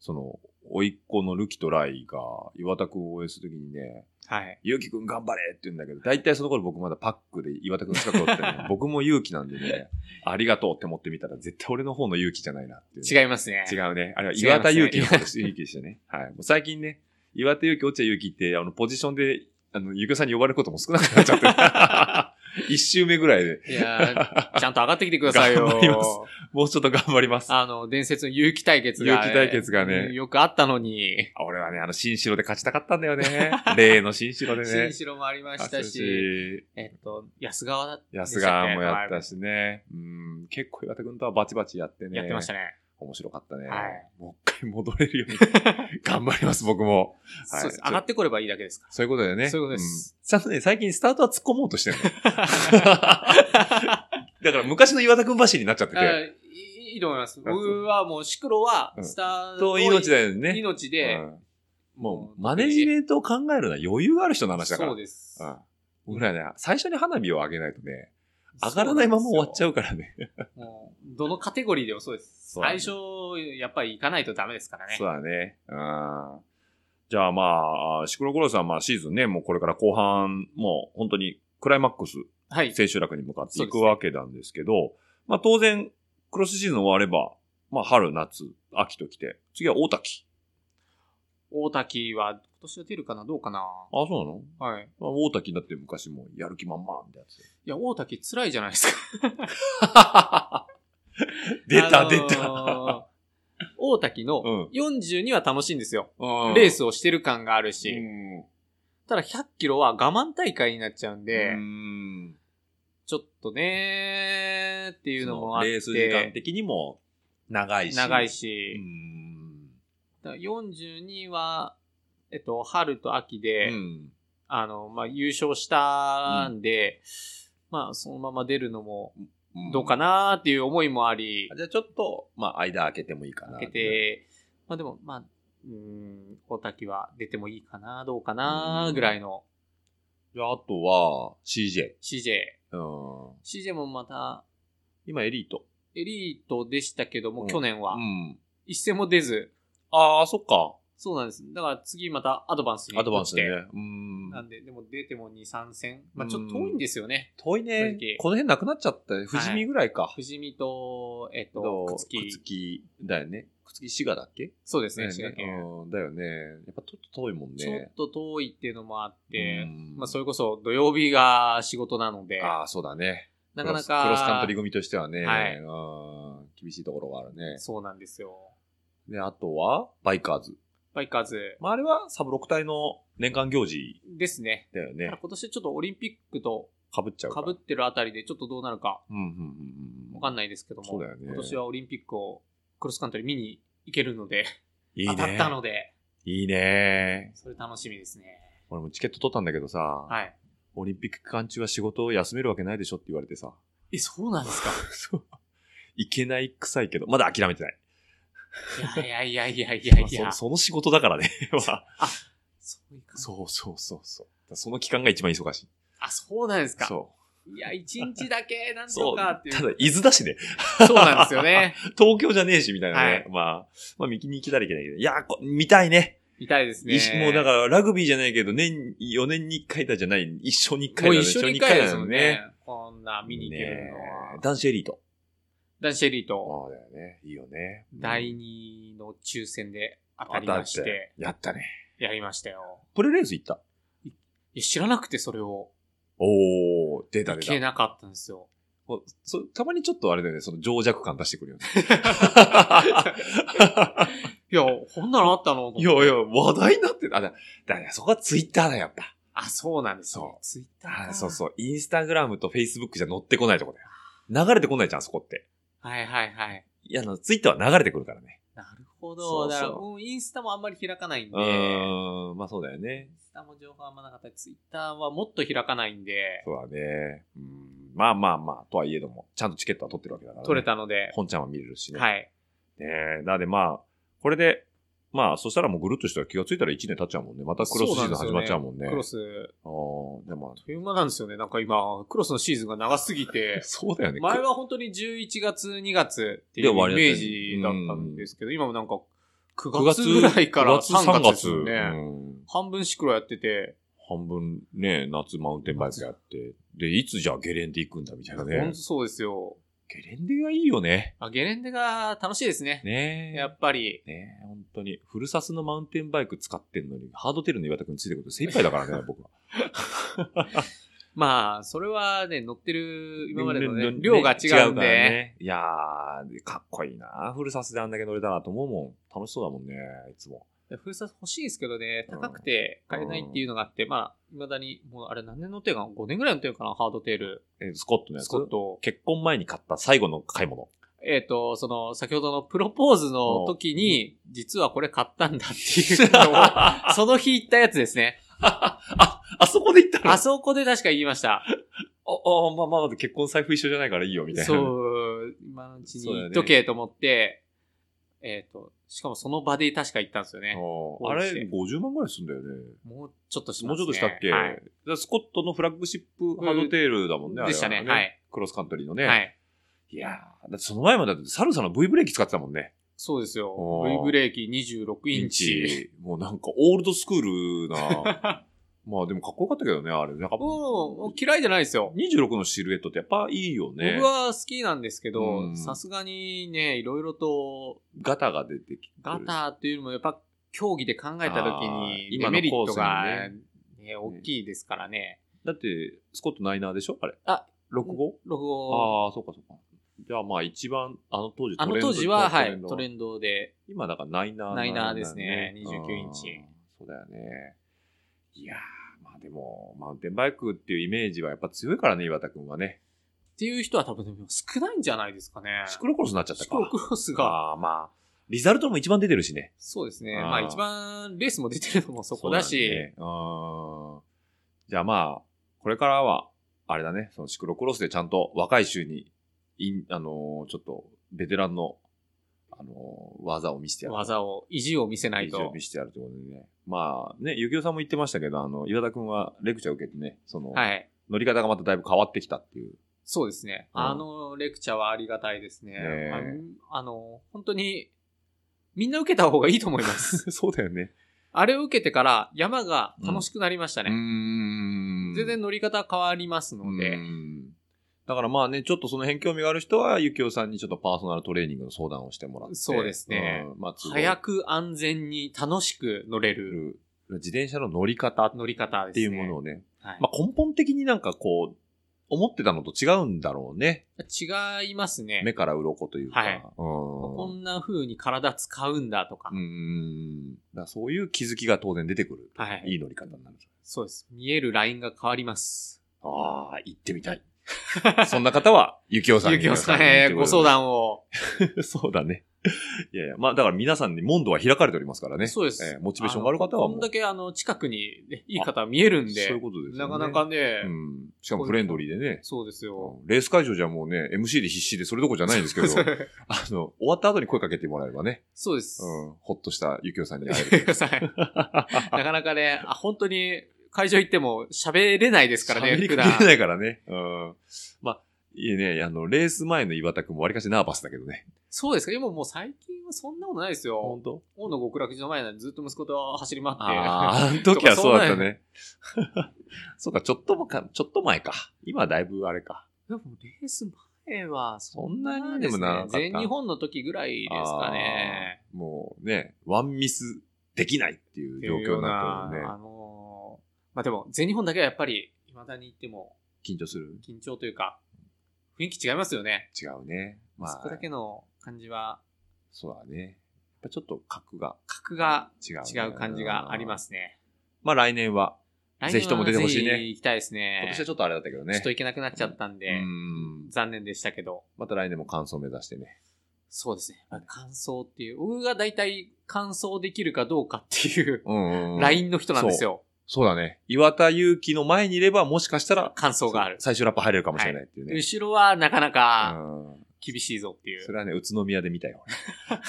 [SPEAKER 2] その、甥いっ子のルキとライが岩田くんを応援するときにね、
[SPEAKER 3] はい。
[SPEAKER 2] ゆうきくん頑張れって言うんだけど、だいたいその頃僕まだパックで岩田くんしか通って ない。僕も勇気なんでね、ありがとうって思ってみたら絶対俺の方の勇気じゃないなっていうね、
[SPEAKER 3] 違いますね。
[SPEAKER 2] 違うね。あれは
[SPEAKER 3] 違いますね
[SPEAKER 2] 岩田勇気のことです勇気でしたね。はい。もう最近ね、岩田勇気、落合勇気って、あの、ポジションで、あの、ゆきおさんに呼ばれることも少なくなっちゃ って。一周目ぐらいで、
[SPEAKER 3] いや ーちゃんと上がってきてくださいよ。
[SPEAKER 2] 頑張りますもうちょっと頑張ります。あ
[SPEAKER 3] あの、伝説の勇気対決が、
[SPEAKER 2] 勇気対決がね
[SPEAKER 3] うんよくあったのに、
[SPEAKER 2] 俺はね、あの、新城で勝ちたかったんだよ ね。例の新城でね
[SPEAKER 3] 新。城もありまし
[SPEAKER 2] 勝
[SPEAKER 3] た
[SPEAKER 2] つ
[SPEAKER 3] し、えっと、安川でし
[SPEAKER 2] 安
[SPEAKER 3] たっけ
[SPEAKER 2] 川もやったしね。うん、結構岩田くんとはバチバチやってね。
[SPEAKER 3] やってました
[SPEAKER 2] ね。
[SPEAKER 3] ね。
[SPEAKER 2] 面白かったね。
[SPEAKER 3] はい
[SPEAKER 2] もう一回戻れるよう に頑張ります、僕も。はい
[SPEAKER 3] そうです。
[SPEAKER 2] ちょ
[SPEAKER 3] 上がってこればいいだけですか
[SPEAKER 2] そういうことだよね。
[SPEAKER 3] そういうことです
[SPEAKER 2] うん。ちゃんとね、最近スタートは突っ込もうとしてる の。
[SPEAKER 3] ら。
[SPEAKER 2] だから昔の岩田くん橋になっちゃってて。
[SPEAKER 3] あいいいと思います。僕はもう、シクロは
[SPEAKER 2] う、ん
[SPEAKER 3] スター
[SPEAKER 2] と命だよね。
[SPEAKER 3] 命で、
[SPEAKER 2] うんもう、マネジメントを考えるのは余裕がある人の話だから。
[SPEAKER 3] そう
[SPEAKER 2] で
[SPEAKER 3] です。
[SPEAKER 2] す。ん。僕らね、最初に花火を上げないとね、上がらないまま終わっちゃ
[SPEAKER 3] う
[SPEAKER 2] うからね。
[SPEAKER 3] なんですよ。もうどのカテゴリーでもそうです。
[SPEAKER 2] そうだね
[SPEAKER 3] 最初、やっぱり行かないとダメですからね。
[SPEAKER 2] そうだね。うん。じゃあまあ、シクロクロスはまあシーズンね、もうこれから後半、もう本当にクライマックス、
[SPEAKER 3] はい。
[SPEAKER 2] 千秋楽に向かっていく
[SPEAKER 3] そうですね
[SPEAKER 2] わけなんですけど、まあ当然、クロスシーズン終われば、まあ春、夏、秋と来て、次は大滝。
[SPEAKER 3] 大滝は、今年は出るかなどうかな
[SPEAKER 2] あ、そうなの
[SPEAKER 3] はい。
[SPEAKER 2] まあ、大滝だって昔もやる気満々みたい
[SPEAKER 3] いや、大滝辛いじゃないですか。
[SPEAKER 2] なや つ。出
[SPEAKER 3] あ
[SPEAKER 2] た、
[SPEAKER 3] の
[SPEAKER 2] 出
[SPEAKER 3] ー
[SPEAKER 2] た。。
[SPEAKER 3] 大滝
[SPEAKER 2] う
[SPEAKER 3] の42は楽しいんですよ。
[SPEAKER 2] うん
[SPEAKER 3] レースをしてる感があるし。
[SPEAKER 2] うん
[SPEAKER 3] ただ100キロは我慢大会になっちゃうんで、
[SPEAKER 2] うん
[SPEAKER 3] ちょっとねーっていうのもあって。
[SPEAKER 2] レース時間的にも長いし。
[SPEAKER 3] 長いうし。
[SPEAKER 2] ん。
[SPEAKER 3] だから42は、えっと、春と秋で、
[SPEAKER 2] うん
[SPEAKER 3] あの、まあ、優勝したんで、まあ、そのまま出るのも、どうかなーっていう思いもあり、
[SPEAKER 2] じゃあちょっと、まあ、間開けてもいいかな。
[SPEAKER 3] 開け、て、まあでも、まあ、うーん、大滝は出てもいいかな、どうかな
[SPEAKER 2] う、ん
[SPEAKER 3] ぐらいの
[SPEAKER 2] じゃああとは、CJ。
[SPEAKER 3] CJ。
[SPEAKER 2] うん。
[SPEAKER 3] CJ もまた、
[SPEAKER 2] 今、エリート。
[SPEAKER 3] エリートでしたけども、
[SPEAKER 2] うん
[SPEAKER 3] 去年は、
[SPEAKER 2] ん。
[SPEAKER 3] 一戦も出ず、
[SPEAKER 2] ああ、そっか。
[SPEAKER 3] そうなんです。だから次またアドバンスに
[SPEAKER 2] アドバンス
[SPEAKER 3] 落
[SPEAKER 2] ね
[SPEAKER 3] ちて。
[SPEAKER 2] うん。
[SPEAKER 3] なんで、でも出ても2、3戦。まあちょっと遠いんですよね。
[SPEAKER 2] 遠い
[SPEAKER 3] 正
[SPEAKER 2] ね
[SPEAKER 3] 直。
[SPEAKER 2] この辺なくなっちゃった。富士見ぐらいか。
[SPEAKER 3] 藤見と、えっと、
[SPEAKER 2] と
[SPEAKER 3] くつき。
[SPEAKER 2] くつきだよね。くつき滋賀だっけ
[SPEAKER 3] そうです
[SPEAKER 2] だよ
[SPEAKER 3] ね、
[SPEAKER 2] ね
[SPEAKER 3] 滋賀県。
[SPEAKER 2] うんだよね。やっぱちょっと遠いもん
[SPEAKER 3] ちょ
[SPEAKER 2] ね
[SPEAKER 3] っ。と遠いっていうのもあっ
[SPEAKER 2] う
[SPEAKER 3] て、
[SPEAKER 2] ん
[SPEAKER 3] まあそれこそ土曜日が仕事なので、
[SPEAKER 2] ああ、そうだね。
[SPEAKER 3] なかな
[SPEAKER 2] クロ
[SPEAKER 3] か、
[SPEAKER 2] スクロスカントリー組としてはね、
[SPEAKER 3] はい
[SPEAKER 2] うん厳しいところがあるね。
[SPEAKER 3] そうなんですよ。
[SPEAKER 2] で、あとは、バイカーズ。
[SPEAKER 3] バイカーズ
[SPEAKER 2] まあ、あれはサブ6隊の年間行事
[SPEAKER 3] ですね。
[SPEAKER 2] だよ
[SPEAKER 3] ただ
[SPEAKER 2] ね。
[SPEAKER 3] 今年ちょっとオリンピックと
[SPEAKER 2] かぶっちゃうか。
[SPEAKER 3] からぶってるあたりでちょっとどうなるか
[SPEAKER 2] うん、うん、うん。
[SPEAKER 3] わかん
[SPEAKER 2] ない。
[SPEAKER 3] ないですけども、
[SPEAKER 2] そうだよね
[SPEAKER 3] 今年はオリンピックをクロスカントリー見に行けるので、
[SPEAKER 2] いいね。
[SPEAKER 3] 当たったので、
[SPEAKER 2] いいね。
[SPEAKER 3] それ楽しみですね。
[SPEAKER 2] 俺もチケット取ったんだけどさ、
[SPEAKER 3] はい。
[SPEAKER 2] オリンピック期間中は仕事を休めるわけないでしょって言われてさ。
[SPEAKER 3] え、そうなんですか
[SPEAKER 2] そう。いけない臭いけど、まだ諦めてない。
[SPEAKER 3] いやいやいやいやいやい
[SPEAKER 2] ま
[SPEAKER 3] や
[SPEAKER 2] あ。そその仕事だから ね。まあ
[SPEAKER 3] そういう感 じ
[SPEAKER 2] そうそうそうそう。その期間が一番忙しい。
[SPEAKER 3] あ、そうなんですか。
[SPEAKER 2] そ
[SPEAKER 3] いや、一日だけなん
[SPEAKER 2] う。 そ
[SPEAKER 3] と
[SPEAKER 2] う。
[SPEAKER 3] か
[SPEAKER 2] た
[SPEAKER 3] っていう。
[SPEAKER 2] だ、伊豆だしね。
[SPEAKER 3] そうなんですよね。
[SPEAKER 2] 東京じゃねえし、みたいなね。
[SPEAKER 3] はい
[SPEAKER 2] まあ、まあ、見に行けたらいけないけど。いやーこ、見たいね。
[SPEAKER 3] 痛いですね
[SPEAKER 2] いし。もうだから、ラグビーじゃないけど、年、4年に1回だじゃない、一生に1回
[SPEAKER 3] もう
[SPEAKER 2] だね
[SPEAKER 3] 一緒に行きたいですもんね。。こんな見に行けるのは。
[SPEAKER 2] ね男子エリート。
[SPEAKER 3] 男子エリート、
[SPEAKER 2] そうだよね。いいよね。
[SPEAKER 3] 第2の抽選で当た
[SPEAKER 2] 当
[SPEAKER 3] り
[SPEAKER 2] た
[SPEAKER 3] ま
[SPEAKER 2] っ
[SPEAKER 3] してて、。
[SPEAKER 2] やったね。
[SPEAKER 3] やりましたよ。
[SPEAKER 2] プレレース行った。
[SPEAKER 3] いや、知らなくてそれを
[SPEAKER 2] おー、出た
[SPEAKER 3] 行
[SPEAKER 2] 出
[SPEAKER 3] け
[SPEAKER 2] た。
[SPEAKER 3] なかったんですよ。
[SPEAKER 2] もうそたまにちょっとあれだよね、その情弱感出してく るよね。
[SPEAKER 3] いや、こんなのあったの
[SPEAKER 2] いやいや、話題になってる。あ、だ、だからそこはツイッターだよ、やっぱ。
[SPEAKER 3] あ、そうなんです
[SPEAKER 2] そ
[SPEAKER 3] よ。ツイッター
[SPEAKER 2] あ
[SPEAKER 3] か。
[SPEAKER 2] そうそう。インスタグラムとフェイスブックじゃ乗ってこないとこだよ。流れてこないじゃん、そこって。
[SPEAKER 3] はいはいはい。
[SPEAKER 2] いや、あの、ツイッターは流れてくるからね。
[SPEAKER 3] なるほ
[SPEAKER 2] そ
[SPEAKER 3] ど。
[SPEAKER 2] うそう
[SPEAKER 3] だから、うんインスタもあんまり開かないんで、
[SPEAKER 2] うーん、まあそうだよね
[SPEAKER 3] イン。スタも情報あんまなかったり、ツイッターはもっと開かないんで、
[SPEAKER 2] そうだね。うん、まあまあまあ、とはいえども、ちゃんとチケットは取ってるわけだから、ね。
[SPEAKER 3] 取れ。たので、
[SPEAKER 2] 本ちゃんは見れるしね。
[SPEAKER 3] はい。
[SPEAKER 2] ねえ、なのでまあ、これで、まあ、そしたらもうぐるっとしたら気がついたら1年経っちゃうもんね。またクロスシーズン始まっちゃうもんね。
[SPEAKER 3] クロス、
[SPEAKER 2] ああ、でも、、
[SPEAKER 3] という間なんですよね。なんか今、クロスのシーズンが長すぎて
[SPEAKER 2] そうだよね。
[SPEAKER 3] 前は本当に11月、2月っていう
[SPEAKER 2] で
[SPEAKER 3] イ
[SPEAKER 2] 終わりだったね
[SPEAKER 3] メージだったんですけど、今もなんか9
[SPEAKER 2] 9
[SPEAKER 3] 月ぐらいから3月ですよね。
[SPEAKER 2] うん
[SPEAKER 3] 半分シクロやってて、
[SPEAKER 2] 半分ね、夏マウンテンバイクやって。で、いつじゃあゲレンデ行くんだみたいな
[SPEAKER 3] ほん
[SPEAKER 2] ね
[SPEAKER 3] と。そうですよ。
[SPEAKER 2] ゲレンデがいいよね。
[SPEAKER 3] あゲレンデが楽しいですね。
[SPEAKER 2] ねえ。
[SPEAKER 3] やっぱり。
[SPEAKER 2] ねえ、本当に。フルサスのマウンテンバイク使ってんのに、ハードテールの岩田くんついてくると精一杯だから ね、僕は。
[SPEAKER 3] まあ、それはね、乗ってる今までの
[SPEAKER 2] ね
[SPEAKER 3] ね
[SPEAKER 2] ね、
[SPEAKER 3] 量が違うん
[SPEAKER 2] から
[SPEAKER 3] で。
[SPEAKER 2] ね。いやー、かっこいいなフルサスであんだけ乗れたなと思うもん。楽しそうだもんね、いつも。
[SPEAKER 3] 封鎖欲しいですけどね、
[SPEAKER 2] うん
[SPEAKER 3] 高くて買えないっていうのがあって、まあ、未だに、もうあれ何年乗ってるかな ?5 年ぐらい乗ってるかなハードテール。
[SPEAKER 2] えスコットのやつ
[SPEAKER 3] スコット。
[SPEAKER 2] 結婚前に買った最後の買い物。
[SPEAKER 3] えっ、と、その、先ほどのプロポーズの時に、実はこれ買ったんだっていう のを、その日言ったやつですね。
[SPEAKER 2] あそこで行った
[SPEAKER 3] あ
[SPEAKER 2] あ、
[SPEAKER 3] そこで確か言いまし
[SPEAKER 2] あ、
[SPEAKER 3] た。
[SPEAKER 2] まあまあ、結婚財布一緒じゃないからいいよ、みたいな。
[SPEAKER 3] そう、今のうちに言っとけと思って、えっ、と、しかもその場で確か言ったんですよね。
[SPEAKER 2] あーあれ、50万ぐらいすんだよね。
[SPEAKER 3] もうちょっとし
[SPEAKER 2] も
[SPEAKER 3] ま
[SPEAKER 2] うち
[SPEAKER 3] す
[SPEAKER 2] ょっと
[SPEAKER 3] ね
[SPEAKER 2] したっけ、
[SPEAKER 3] はい。
[SPEAKER 2] でスコットのフラッグシップハードテールだもんね、
[SPEAKER 3] う
[SPEAKER 2] あ
[SPEAKER 3] ん
[SPEAKER 2] れは
[SPEAKER 3] でしたねはい
[SPEAKER 2] クロスカントリーのね。
[SPEAKER 3] はい。
[SPEAKER 2] いやーだってその前までだってサルサの V ブレーキ使ってたもんね。
[SPEAKER 3] そうですよ
[SPEAKER 2] お。ー
[SPEAKER 3] V ブレーキ26インチ。。
[SPEAKER 2] もうなんかオールドスクール な。まあでもかっこよかったけどね、あれ。なんか
[SPEAKER 3] もう、嫌いじゃないですよ。
[SPEAKER 2] 26のシルエットってやっぱいいよね。
[SPEAKER 3] 僕は好きなんですけ
[SPEAKER 2] う
[SPEAKER 3] ど、
[SPEAKER 2] ん
[SPEAKER 3] さすがにね、いろいろと、
[SPEAKER 2] ガタが出てきてる。
[SPEAKER 3] ガターっていうよりも、やっぱ、競技で考えた時に、
[SPEAKER 2] あー
[SPEAKER 3] デメリットが
[SPEAKER 2] 今のコー、
[SPEAKER 3] ね、大きいですからね。
[SPEAKER 2] だって、スコットナイナーでしょあれ。
[SPEAKER 3] あ、
[SPEAKER 2] 6号
[SPEAKER 3] ロゴ、
[SPEAKER 2] ああ、そうかそうか。じゃあまあ一番、あの当時
[SPEAKER 3] あの当時は、は
[SPEAKER 2] トレン
[SPEAKER 3] い、
[SPEAKER 2] ド
[SPEAKER 3] トレンドで、
[SPEAKER 2] 今だからナイナー
[SPEAKER 3] ナイナーですね
[SPEAKER 2] ナイナー
[SPEAKER 3] 29インチ
[SPEAKER 2] うんそうだよね。いやー、まあでも、マウンテンバイクっていうイメージはやっぱ強いからね、岩田くんはね。
[SPEAKER 3] っていう人は多分でも少ないんじゃないですかね。
[SPEAKER 2] シクロクロスになっちゃった
[SPEAKER 3] シ
[SPEAKER 2] か。
[SPEAKER 3] クロクロスが、
[SPEAKER 2] あーまあ、リザルトも一番出てるしね。
[SPEAKER 3] そうですね。
[SPEAKER 2] あー
[SPEAKER 3] まあ一番レースも出てるのもそこだ
[SPEAKER 2] そう
[SPEAKER 3] し、
[SPEAKER 2] ねうん。じゃあまあ、これからは、あれだね、そのシクロクロスでちゃんと若い衆に、インあのーちょっと、ベテランの、あのー技を見せてやる。
[SPEAKER 3] 技を、意地を見せない
[SPEAKER 2] 意地を
[SPEAKER 3] と。
[SPEAKER 2] 見せてやるってことでね。まあね、ゆきおさんも言ってましたけど、あの、岩田くんはレクチャー受けてね、その、
[SPEAKER 3] はい。
[SPEAKER 2] 乗り方がまただいぶ変わってきたっていう。
[SPEAKER 3] そうですね。
[SPEAKER 2] うん
[SPEAKER 3] あのレクチャーはありがたいですね。
[SPEAKER 2] ね
[SPEAKER 3] あのあの、本当に、みんな受けた方がいいと思いま す。
[SPEAKER 2] そうだよね。
[SPEAKER 3] あれを受けてから山が楽しくなりました
[SPEAKER 2] うー
[SPEAKER 3] ね。
[SPEAKER 2] ん。
[SPEAKER 3] 全然乗り方変わりますの
[SPEAKER 2] う
[SPEAKER 3] で、
[SPEAKER 2] んだからまあね、ちょっとその辺興味がある人は、ゆきおさんにちょっとパーソナルトレーニングの相談をしてもらって。
[SPEAKER 3] そうですね
[SPEAKER 2] うん。まあ、
[SPEAKER 3] 早
[SPEAKER 2] く
[SPEAKER 3] く安全に楽しく乗れる
[SPEAKER 2] る自転車の乗り方っ
[SPEAKER 3] 乗り方です
[SPEAKER 2] て
[SPEAKER 3] ね。
[SPEAKER 2] いうものをね、
[SPEAKER 3] はい
[SPEAKER 2] まあ根本的になんかこう、思ってたのと違うんだろうね。
[SPEAKER 3] 違いますね。
[SPEAKER 2] 目から鱗というか。
[SPEAKER 3] は
[SPEAKER 2] う
[SPEAKER 3] い
[SPEAKER 2] ん。
[SPEAKER 3] こんな風に体使うんだとか。
[SPEAKER 2] うん。だからそういう気づきが当然出てくる。
[SPEAKER 3] はい
[SPEAKER 2] い乗り方になる。
[SPEAKER 3] そうです。見えるラインが変わります。
[SPEAKER 2] ああ、行ってみた い。そんな方は、ゆきおさん
[SPEAKER 3] ゆ
[SPEAKER 2] に。
[SPEAKER 3] きおさんへご相。談を。
[SPEAKER 2] そうだね。いやいや、まあだから皆さんに門戸は開かれておりますからね。
[SPEAKER 3] そうです
[SPEAKER 2] えーモチベーションがある方は
[SPEAKER 3] のこ
[SPEAKER 2] も
[SPEAKER 3] ん
[SPEAKER 2] う、
[SPEAKER 3] だけあの、近くにねいい方は見えるんで。
[SPEAKER 2] そういうことですよ
[SPEAKER 3] な
[SPEAKER 2] ね。
[SPEAKER 3] かなかね、
[SPEAKER 2] うん。しかもフレンドリーでね。
[SPEAKER 3] そうですよ。
[SPEAKER 2] レース会場じゃもうね、MC で必死でそれどころじゃないんですけど、 あの、終わった後に声かけてもらえればね、
[SPEAKER 3] そうです。
[SPEAKER 2] う ん、ほっとしたゆきおさんに会える。
[SPEAKER 3] ゆきおさん な かなかね、あ、本当に会場行っても喋れないですからね、
[SPEAKER 2] 喋りきれ
[SPEAKER 3] 普段。
[SPEAKER 2] ないからね。うん。まあ、いいね、あの、レース前の岩田くんもわりかしナーバスだけどね。
[SPEAKER 3] そうですか、今もう最近はそんなことないですよ。
[SPEAKER 2] 当
[SPEAKER 3] 大野極楽寺の前なんでずっと息子と走り回って。
[SPEAKER 2] ああ、あの時はそうだったね。 そうか、ちょっともか、ちょっと前か。今だいぶあれか。
[SPEAKER 3] でもレース前はそんな
[SPEAKER 2] そんなに
[SPEAKER 3] で
[SPEAKER 2] ですも
[SPEAKER 3] ね
[SPEAKER 2] なかった
[SPEAKER 3] 全日本の時ぐらいですかね。
[SPEAKER 2] もうね、ワンミスできないっていう状況になっ
[SPEAKER 3] って
[SPEAKER 2] る
[SPEAKER 3] ていうよう
[SPEAKER 2] も
[SPEAKER 3] なん
[SPEAKER 2] ね。
[SPEAKER 3] あのーまあでも全日本だけはやっぱり未だに言っても
[SPEAKER 2] 緊張する
[SPEAKER 3] 緊張というか、雰囲気違いますよね。
[SPEAKER 2] 違うね。ま
[SPEAKER 3] そこだ
[SPEAKER 2] あ、
[SPEAKER 3] けの感じは、
[SPEAKER 2] そうだね。やっぱちょっと格が
[SPEAKER 3] 格が
[SPEAKER 2] 違う、。
[SPEAKER 3] 違う感じがありますすね。
[SPEAKER 2] まあ来年は、
[SPEAKER 3] 来年は
[SPEAKER 2] ぜひとも出てほしいね
[SPEAKER 3] ぜひ行きたいですね。
[SPEAKER 2] 今年はちょっとあれだったけどね。
[SPEAKER 3] ちょっと行けなくなっちゃったんで、
[SPEAKER 2] うん。
[SPEAKER 3] 残念でしたけど。
[SPEAKER 2] また来年も完走目指してね。
[SPEAKER 3] そうですね。まあ完走っていう、僕が大体完走できるかどうかっていう
[SPEAKER 2] うん、うん。
[SPEAKER 3] ラインの人なんですよ。
[SPEAKER 2] そうだね。岩田祐希の前にいればもしかしたら
[SPEAKER 3] 感想がある。
[SPEAKER 2] 最終ラップ入れるかもしれないっていうね。
[SPEAKER 3] 後ろはなかなか
[SPEAKER 2] うん
[SPEAKER 3] 厳しいぞっていう
[SPEAKER 2] そ。れはね、宇都宮で見たよ。
[SPEAKER 3] 宇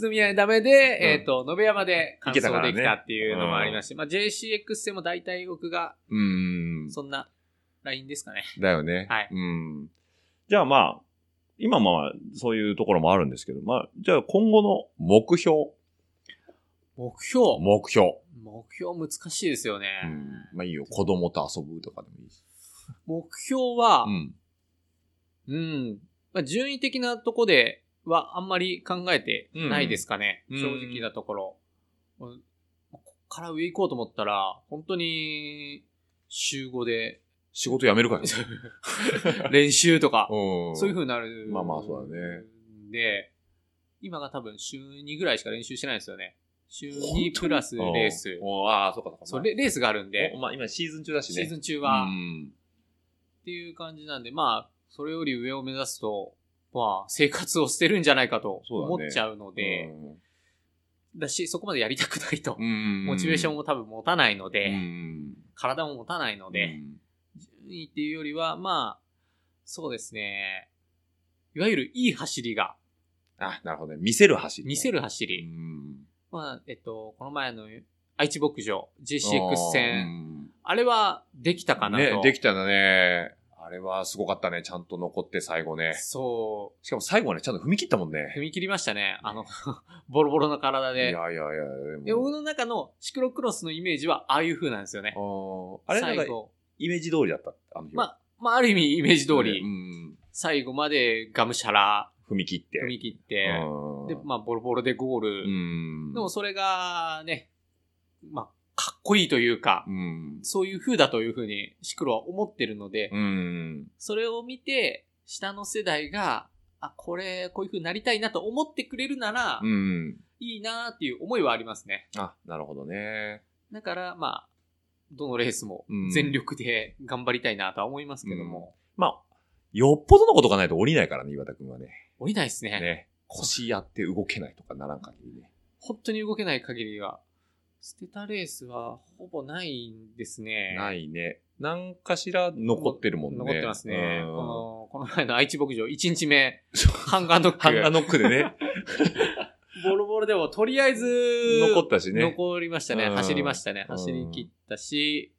[SPEAKER 3] 都宮でダメで、えっ、と、延山で完
[SPEAKER 2] 行け
[SPEAKER 3] 走でき
[SPEAKER 2] たから
[SPEAKER 3] た
[SPEAKER 2] ね
[SPEAKER 3] っていうのもありますし、まあ JCX 戦も大体僕が、
[SPEAKER 2] うーん。
[SPEAKER 3] そんなラインですかね。
[SPEAKER 2] だよね。
[SPEAKER 3] はい
[SPEAKER 2] うん。じゃあまあ、今まあ、そういうところもあるんですけど、まあ、じゃあ今後の目標。
[SPEAKER 3] 目標
[SPEAKER 2] 目標。
[SPEAKER 3] 目標難しいですよね。
[SPEAKER 2] うん。まあいいよ。子供と遊ぶとかでもいいし。
[SPEAKER 3] 目標は
[SPEAKER 2] う、ん。
[SPEAKER 3] うん、まあ、順位的なとこではあんまり考えてないですかね。
[SPEAKER 2] うん
[SPEAKER 3] 正直なところ。うんこっから上行こうと思ったら、本当に、週5で
[SPEAKER 2] 仕事辞めるからね。
[SPEAKER 3] 練習とか、
[SPEAKER 2] うん
[SPEAKER 3] そういう風になる。
[SPEAKER 2] まあまあそうだね。
[SPEAKER 3] で、今が多分週2ぐらいしか練習してないんですよね。週
[SPEAKER 2] 本当に
[SPEAKER 3] 2プラスレース。
[SPEAKER 2] おああ、そうかそうか。
[SPEAKER 3] そう、レレースがあるんで
[SPEAKER 2] お、まあ今シーズン中だし
[SPEAKER 3] シ
[SPEAKER 2] ね。
[SPEAKER 3] ーズ
[SPEAKER 2] ン
[SPEAKER 3] ン中は
[SPEAKER 2] う、ん。
[SPEAKER 3] っていう感じなんで、まあ、それより上を目指すと、まあ、生活を捨てるんじゃないかと
[SPEAKER 2] そうだね
[SPEAKER 3] 思っちゃうので、だし、そこまでやりたくないと
[SPEAKER 2] う。ん。
[SPEAKER 3] モチベーション
[SPEAKER 2] も
[SPEAKER 3] も多分持たないので、
[SPEAKER 2] うん。
[SPEAKER 3] 体も持たないので、順位っていうよりは、まあ、そうですね、いわゆるいい走りが、
[SPEAKER 2] あ、なるほどね。見せる走り。
[SPEAKER 3] 見せ
[SPEAKER 2] る。
[SPEAKER 3] る走
[SPEAKER 2] う
[SPEAKER 3] り。
[SPEAKER 2] ん。
[SPEAKER 3] まあ、えっと、この前の愛知牧場、JCX 戦、
[SPEAKER 2] うん
[SPEAKER 3] あれはできたかなと。
[SPEAKER 2] ね、できたんだね。あれはすごかったね。ちゃんと残って最後ね。
[SPEAKER 3] そう、
[SPEAKER 2] しかも最後はね、ちゃんと踏み切ったもんね。
[SPEAKER 3] 踏み切りましたね。あの、 ボロボロの体
[SPEAKER 2] いやい
[SPEAKER 3] で。
[SPEAKER 2] やいや、
[SPEAKER 3] で、僕の中のシクロクロスのイメージは、ああいう風なんですよね。
[SPEAKER 2] もあーあれなん
[SPEAKER 3] 最
[SPEAKER 2] か、
[SPEAKER 3] 後。
[SPEAKER 2] イメージ通りだった。あの日
[SPEAKER 3] ま
[SPEAKER 2] は
[SPEAKER 3] あ、まあ、ある意味イメージ通り、
[SPEAKER 2] うん
[SPEAKER 3] 最後までがむしゃら
[SPEAKER 2] 踏み切って。
[SPEAKER 3] 踏み切って、
[SPEAKER 2] うん
[SPEAKER 3] で、まあ、ボロボロでゴール。
[SPEAKER 2] うん。
[SPEAKER 3] でも、それが、ね、まあ、かっこいいというか、
[SPEAKER 2] うん。
[SPEAKER 3] そういう風だという風に、シクロは思ってるので、
[SPEAKER 2] うん。
[SPEAKER 3] それを見て、下の世代が、あ、これ、こういう風になりたいなと思ってくれるなら、
[SPEAKER 2] うん。
[SPEAKER 3] いいなっていう思いはありますね。
[SPEAKER 2] あ、なるほどね。
[SPEAKER 3] だから、まあ、どのレースも
[SPEAKER 2] うん
[SPEAKER 3] 全力で頑張りたいなとは思いますけども、
[SPEAKER 2] まあ、よっぽどのことがないと降りないからね、岩田くんはね。
[SPEAKER 3] 降りないですね
[SPEAKER 2] ね。腰やって動けないとかならん限りね。
[SPEAKER 3] 本当に動けない限りは、捨てたレースはほぼないんですね。。
[SPEAKER 2] ないいね。なんかしら残ってるもんね。
[SPEAKER 3] 残ってますね。
[SPEAKER 2] うん
[SPEAKER 3] この、この前の愛知牧場、1日目、
[SPEAKER 2] そう
[SPEAKER 3] ハンガ ーノッ
[SPEAKER 2] ハンガー
[SPEAKER 3] ク。
[SPEAKER 2] ノックでね、
[SPEAKER 3] ボロボロでも、とりあえず、
[SPEAKER 2] 残ったしね。
[SPEAKER 3] 残りましたね。
[SPEAKER 2] うん
[SPEAKER 3] 走りましたね。
[SPEAKER 2] うん
[SPEAKER 3] 走り切ったし、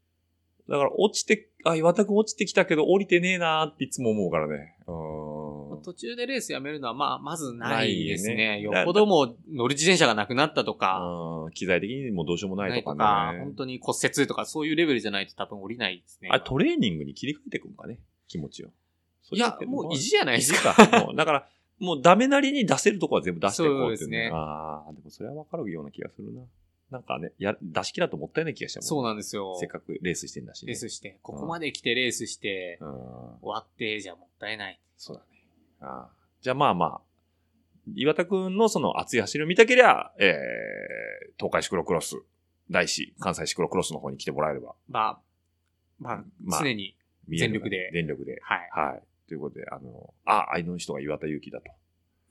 [SPEAKER 2] だから落ちて、あ、岩田くん落ちてきたけど降りてねえなーっていつも思うからね。う
[SPEAKER 3] 途中でレースやめるのは、まあ、まずないです
[SPEAKER 2] ない
[SPEAKER 3] ね。
[SPEAKER 2] よ
[SPEAKER 3] よ
[SPEAKER 2] ね
[SPEAKER 3] っぽどもう乗る自転車がなくなったとか、
[SPEAKER 2] んうん。機材的にもうどうしようもな
[SPEAKER 3] ないい
[SPEAKER 2] と
[SPEAKER 3] と
[SPEAKER 2] か
[SPEAKER 3] か、
[SPEAKER 2] ね。
[SPEAKER 3] 本当に骨折とかそういうレベルじゃないと多分降りないですね。
[SPEAKER 2] あれトレーニングに切り替えていくんかね、気持ちを。
[SPEAKER 3] いや、もう意地じゃない
[SPEAKER 2] 意
[SPEAKER 3] です
[SPEAKER 2] 地
[SPEAKER 3] か。
[SPEAKER 2] か。もうだから、もうダメなりに出せるとこは全部出していこうってい
[SPEAKER 3] そううです
[SPEAKER 2] ね
[SPEAKER 3] ね。
[SPEAKER 2] ああ、でもそれはわかるような気がするな。なんかね、や出し切らんともったいない気がしたもん
[SPEAKER 3] そうなんですよ。
[SPEAKER 2] せっかくレースしてんだし、ね。
[SPEAKER 3] レースして、ここまで来てレースして、
[SPEAKER 2] うん。
[SPEAKER 3] 終わってじゃもったいない。
[SPEAKER 2] そうだね。あーじゃあまあまあ、岩田くんのその熱い走りを見たけりゃ、えー、東海シクロクロス、大師、関西シクロクロスの方に来てもらえれば、
[SPEAKER 3] まあ、まあ、
[SPEAKER 2] まあ
[SPEAKER 3] 常に、
[SPEAKER 2] 見えるかな
[SPEAKER 3] 全力で
[SPEAKER 2] 全力で。
[SPEAKER 3] はい。
[SPEAKER 2] はい。ということで、あの、あ、あいの人が岩田祐希 だと。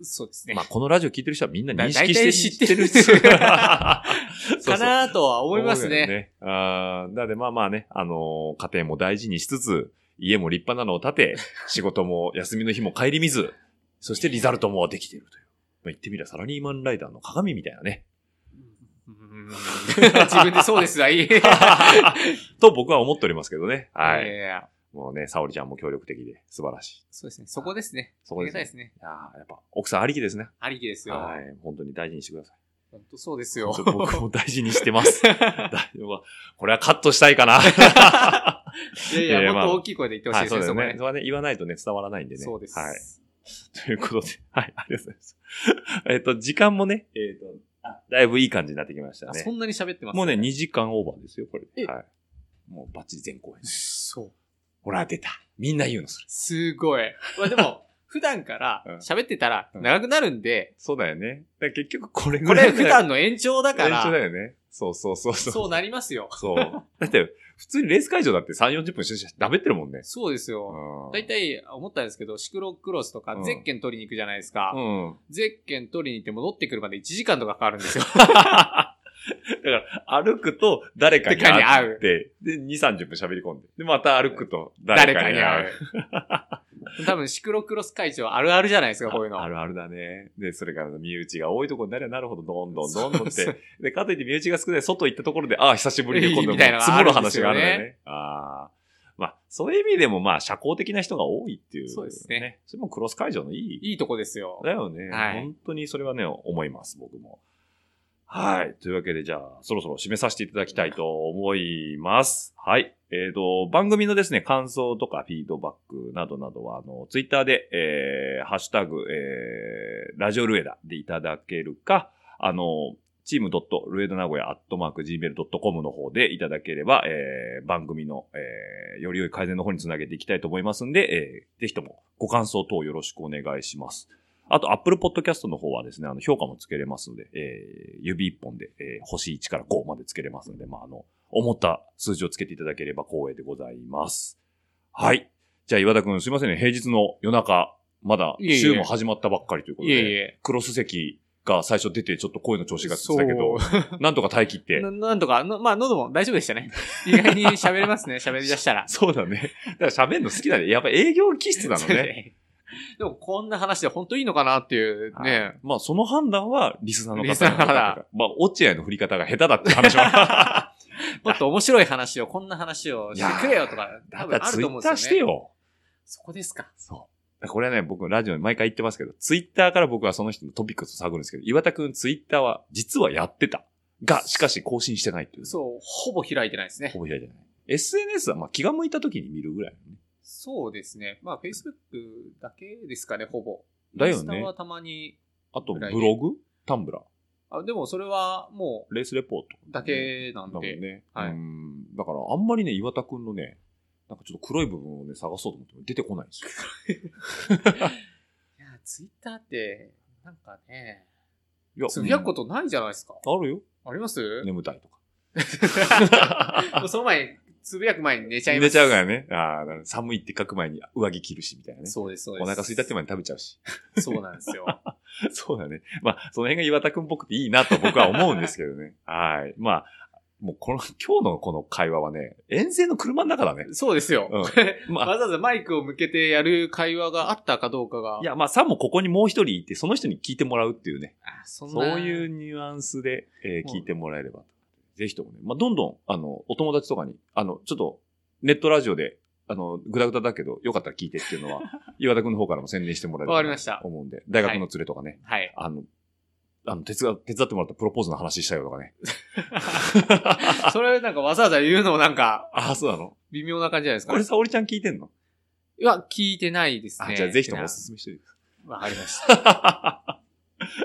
[SPEAKER 3] そうですね。
[SPEAKER 2] まあ、このラジオ聞いてる人はみんな
[SPEAKER 3] だ
[SPEAKER 2] 認識し
[SPEAKER 3] 大
[SPEAKER 2] て
[SPEAKER 3] 体知って る
[SPEAKER 2] 知ってるそうそう
[SPEAKER 3] かなとは思いますね。
[SPEAKER 2] 思うよあーなのでまあまあね、あのー家庭も大事にしつつ、家も立派なのを建 て、仕事も休みの日も帰り見ず、そしてリザルトもできているという。まあ、言ってみればサラリーマンライダーの鏡みたいな ね。
[SPEAKER 3] うーん 自分でそうですわ、い い。
[SPEAKER 2] と僕は思っておりますけどね。はい
[SPEAKER 3] や
[SPEAKER 2] い。
[SPEAKER 3] やや
[SPEAKER 2] もうね、沙織ちゃんも協力的で素晴らし
[SPEAKER 3] そうですね。そこですね。
[SPEAKER 2] そこですね
[SPEAKER 3] ありがたいですね。
[SPEAKER 2] い。いやーやっぱ奥さんありきですね。
[SPEAKER 3] ありきですよ。
[SPEAKER 2] はい。本当に大事にしてく ださい。
[SPEAKER 3] 本当そうですよ。
[SPEAKER 2] 僕 も大事にしてます。だいぶまあこれはカットしたいかな。
[SPEAKER 3] いやい
[SPEAKER 2] いや
[SPEAKER 3] や、
[SPEAKER 2] まあ
[SPEAKER 3] もっと大きい 声で言ってほしい
[SPEAKER 2] はい、
[SPEAKER 3] で
[SPEAKER 2] そ
[SPEAKER 3] す
[SPEAKER 2] う
[SPEAKER 3] ね、
[SPEAKER 2] だよね。
[SPEAKER 3] そこ
[SPEAKER 2] そ。
[SPEAKER 3] ね
[SPEAKER 2] れはね、言わないとね、伝わらないんでね。
[SPEAKER 3] そうです。
[SPEAKER 2] はい。 ということで、はい、ありがとうございます。 えっと、時間もね、えっと、あだいぶいい感じになってきました
[SPEAKER 3] あそ
[SPEAKER 2] ね。
[SPEAKER 3] んなに喋ってます
[SPEAKER 2] もうね、2時間オーバーですよ、これで。
[SPEAKER 3] え
[SPEAKER 2] はい。もうバッチリ全公演です。
[SPEAKER 3] そう。
[SPEAKER 2] ほら、出た。みんな言うの、それ。
[SPEAKER 3] すごい。まあで も、普段から
[SPEAKER 2] うん
[SPEAKER 3] 喋ってたら
[SPEAKER 2] うん
[SPEAKER 3] 長くなるんで、
[SPEAKER 2] そうだよね。だから結局これぐ
[SPEAKER 3] こ
[SPEAKER 2] らい
[SPEAKER 3] れ
[SPEAKER 2] の。
[SPEAKER 3] 普段の延長だか
[SPEAKER 2] 延長だ
[SPEAKER 3] ら、
[SPEAKER 2] よね。そうそうそうそう。
[SPEAKER 3] そうなりますよ。
[SPEAKER 2] そう。だって、普通にレース会場だって3、40分ししダメってるもんね。
[SPEAKER 3] そうです
[SPEAKER 2] う
[SPEAKER 3] よ。
[SPEAKER 2] ん
[SPEAKER 3] 大体思ったんですけど、シクロクロスとか
[SPEAKER 2] うん
[SPEAKER 3] ゼッケン取りに行くじゃないですか。
[SPEAKER 2] うん。
[SPEAKER 3] ゼッケン取りに行って戻ってくるまで1時間とかかかるんですよ。
[SPEAKER 2] だから、歩くと 誰かに
[SPEAKER 3] 誰か
[SPEAKER 2] 会
[SPEAKER 3] に会
[SPEAKER 2] って、で、2、30分喋り込んで。で、また歩くと誰
[SPEAKER 3] 誰
[SPEAKER 2] か
[SPEAKER 3] か
[SPEAKER 2] に
[SPEAKER 3] に
[SPEAKER 2] 会う。
[SPEAKER 3] 会う。 多分シクロクロス会長あるあるじゃないですか、こういうの。
[SPEAKER 2] あるあるだね。で、それから身内が多いところになればなるほど、どんどん
[SPEAKER 3] そ
[SPEAKER 2] ど
[SPEAKER 3] うん
[SPEAKER 2] どんっ
[SPEAKER 3] そ
[SPEAKER 2] て。で、かといって身内が少ない、外行ったところで、ああ、久しぶりに今度
[SPEAKER 3] みたいなの
[SPEAKER 2] 積
[SPEAKER 3] があ
[SPEAKER 2] も
[SPEAKER 3] る
[SPEAKER 2] る
[SPEAKER 3] んです
[SPEAKER 2] 話が
[SPEAKER 3] よね
[SPEAKER 2] あるんだよね。ああ。まあ、そういう意味でも、まあ、社交的な人が多いっていう、
[SPEAKER 3] そうですね。
[SPEAKER 2] それもクロス会場のいい
[SPEAKER 3] いいとこですよ。
[SPEAKER 2] だよね。
[SPEAKER 3] はい
[SPEAKER 2] 本当にそれはね、思います、僕も。はい。というわけで、じゃあ、そろそろ締めさせていただきたいと思います。はい。えっ、と、番組のですね、感想とかフィードバックなどなどは、あの、ツイッターで、えー、ハッシュタグ、えー、ラジオルエダでいただけるか、あの、チームドットルエダ名古屋アットマーク Gmail.com の方でいただければ、えー、番組の、えー、より良い改善の方につなげていきたいと思いますんで、えー、ぜひともご感想等よろしくお願いします。あと、Apple Podcast の方はですね、あの、評価もつけれますので、えー、指一本で、えー、星1から5までつけれますので、まあ、あの、思った数字をつけていただければ光栄でございます。はい。じゃあ、岩田くん、すいませんね。平日の夜中、まだ、
[SPEAKER 3] いえいえ
[SPEAKER 2] 週も始まったばっかりということ
[SPEAKER 3] い
[SPEAKER 2] で、
[SPEAKER 3] えいえ。
[SPEAKER 2] クロス席が最初出て、ちょっと声の調子がつ
[SPEAKER 3] そ
[SPEAKER 2] っ
[SPEAKER 3] う
[SPEAKER 2] たけど、なんとか耐え切って
[SPEAKER 3] な。なんとか、のまあ、喉も大丈夫でしたね。意外に喋れますね、喋り出したら。
[SPEAKER 2] そうだね。だから喋るの好きだね。やっぱ営業気質なのね。
[SPEAKER 3] でも、こんな話で本当いいのかなっていう ね。
[SPEAKER 2] まあ、その判断は、リスナーの方
[SPEAKER 3] リスナーの方
[SPEAKER 2] がまあ、落合の振り方が下手だって話は。
[SPEAKER 3] もっと面白い話を、こんな話をしてくれよとか、
[SPEAKER 2] だ
[SPEAKER 3] 多
[SPEAKER 2] っ
[SPEAKER 3] 分
[SPEAKER 2] たら
[SPEAKER 3] あ
[SPEAKER 2] ツイ
[SPEAKER 3] ると思う
[SPEAKER 2] ッ
[SPEAKER 3] ん
[SPEAKER 2] ター
[SPEAKER 3] です
[SPEAKER 2] して
[SPEAKER 3] よね。
[SPEAKER 2] よ。
[SPEAKER 3] そこですか。
[SPEAKER 2] そう。これはね、僕、ラジオに毎回言ってますけど、ツイッターから僕はその人のトピックスを探るんですけど、岩田くんツイッターは、実はやってた。が、しかし更新してないっていう。
[SPEAKER 3] そう、ほぼ開いてないですね
[SPEAKER 2] ほ。ぼ開いてない。SNS はまあ気が向いた時に見るぐらいのね。
[SPEAKER 3] そうですね。まあ、Facebook だけですかね、ほぼ。
[SPEAKER 2] だよ
[SPEAKER 3] インスタ
[SPEAKER 2] ね
[SPEAKER 3] は。たまに。
[SPEAKER 2] あと、ブ
[SPEAKER 3] ぐらいで
[SPEAKER 2] ログタンブラー
[SPEAKER 3] あ、でもそれはも
[SPEAKER 2] レースレポート。
[SPEAKER 3] う、だけな
[SPEAKER 2] だ
[SPEAKER 3] ん
[SPEAKER 2] もん
[SPEAKER 3] で。
[SPEAKER 2] ね。
[SPEAKER 3] はい
[SPEAKER 2] うん。だから、あんまりね、岩田くんのね、なんかちょっと黒い部分をね、探そうと思っても出てこないんですよ。
[SPEAKER 3] いや、ツイッターって、なんかね、
[SPEAKER 2] いや
[SPEAKER 3] つぶやくことないじゃないですか。
[SPEAKER 2] うんあるよ。
[SPEAKER 3] あります
[SPEAKER 2] 眠たいとか。
[SPEAKER 3] もうその前に、つぶやく前に寝ちゃいます。
[SPEAKER 2] 寝ちゃうからね。ああ、だから寒いって書く前に上着着るし、みたいなね。
[SPEAKER 3] そうです、そうです。
[SPEAKER 2] お腹空いたって前に食べちゃうし。
[SPEAKER 3] そうなんですよ。
[SPEAKER 2] そうだね。まあ、その辺が岩田くんっぽくていいなと僕は思うんですけどね。 はい。まあ、もうこの、今日のこの会話はね、遠征の車の中だね。
[SPEAKER 3] そうですよ。
[SPEAKER 2] うん。まあ、
[SPEAKER 3] わざわざマイクを向けてやる会話があったかどうかが。
[SPEAKER 2] いや、まあ、さもここにもう一人いて、その人に聞いてもらうっていうね。
[SPEAKER 3] あ、そん
[SPEAKER 2] そ
[SPEAKER 3] な
[SPEAKER 2] ういうニュアンスで、えー聞いてもらえればと。ぜひともね、まあ、どんどん、あの、お友達とかに、あの、ちょっと、ネットラジオで、あの、ぐだぐだだけど、よかったら聞いてっていう のは、岩田くんの方からも宣伝してもらえれば
[SPEAKER 3] わかりました
[SPEAKER 2] と思うんで、大学の連れとかね、
[SPEAKER 3] はい。
[SPEAKER 2] あの、あの、手伝、手伝ってもらったプロポーズの話したよとかね。
[SPEAKER 3] それなんかわざわざ言うのもなんか、
[SPEAKER 2] ああ、そうなの
[SPEAKER 3] 微妙な感じじゃないですか
[SPEAKER 2] こ
[SPEAKER 3] ね、
[SPEAKER 2] れ沙織ちゃん聞いてんの
[SPEAKER 3] いや、聞いてないです
[SPEAKER 2] あ、
[SPEAKER 3] ね。
[SPEAKER 2] じゃあぜひともおすすめしてる。
[SPEAKER 3] わかりました。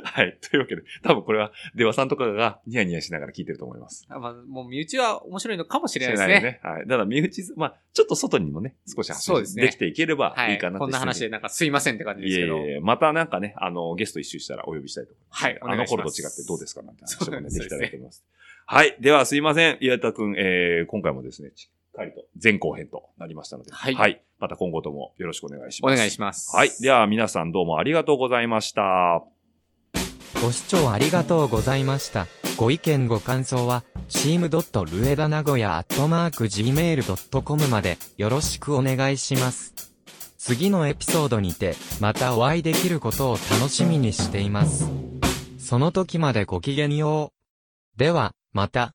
[SPEAKER 2] はい。というわけで、多分これは、出羽さんとかがニヤニヤしながら聞いてると思います。
[SPEAKER 3] あまあ、もう身内は面白いのかもしれない
[SPEAKER 2] 知
[SPEAKER 3] で
[SPEAKER 2] ら
[SPEAKER 3] す
[SPEAKER 2] ないよ
[SPEAKER 3] ね。
[SPEAKER 2] ね。はい。ただ、身内、まあ、ちょっと外にもね、少し発
[SPEAKER 3] そうです
[SPEAKER 2] 信
[SPEAKER 3] ね
[SPEAKER 2] できていければ
[SPEAKER 3] はいい。
[SPEAKER 2] いかな
[SPEAKER 3] こんな話で
[SPEAKER 2] で
[SPEAKER 3] なんかすいませんって感じです
[SPEAKER 2] い
[SPEAKER 3] け
[SPEAKER 2] え
[SPEAKER 3] ど。
[SPEAKER 2] いえ、またなんかね、あの、ゲスト一周したらお呼びしたいと思います。
[SPEAKER 3] はいお
[SPEAKER 2] あ
[SPEAKER 3] 願
[SPEAKER 2] の
[SPEAKER 3] いします
[SPEAKER 2] 頃と違ってどうですかなんて話
[SPEAKER 3] そう
[SPEAKER 2] も
[SPEAKER 3] な
[SPEAKER 2] ね
[SPEAKER 3] ん
[SPEAKER 2] で
[SPEAKER 3] です
[SPEAKER 2] き
[SPEAKER 3] よ
[SPEAKER 2] たらと思います。はい。では、すいません。岩田くん、えー、今回もですね、しっかりと前後編となりましたので、
[SPEAKER 3] はい
[SPEAKER 2] また今後ともよろしくお願いし
[SPEAKER 3] お
[SPEAKER 2] ます。
[SPEAKER 3] 願いします。
[SPEAKER 2] はい。では、皆さんどうもありがとうございました。
[SPEAKER 4] ご視聴ありがとうございました。ご意見ご感想は、チームドットルエダ名古屋アットマーク Gmail.com までよろしくお願いします。次のエピソードにて、またお会いできることを楽しみにしています。その時までごきげんよう。では、また。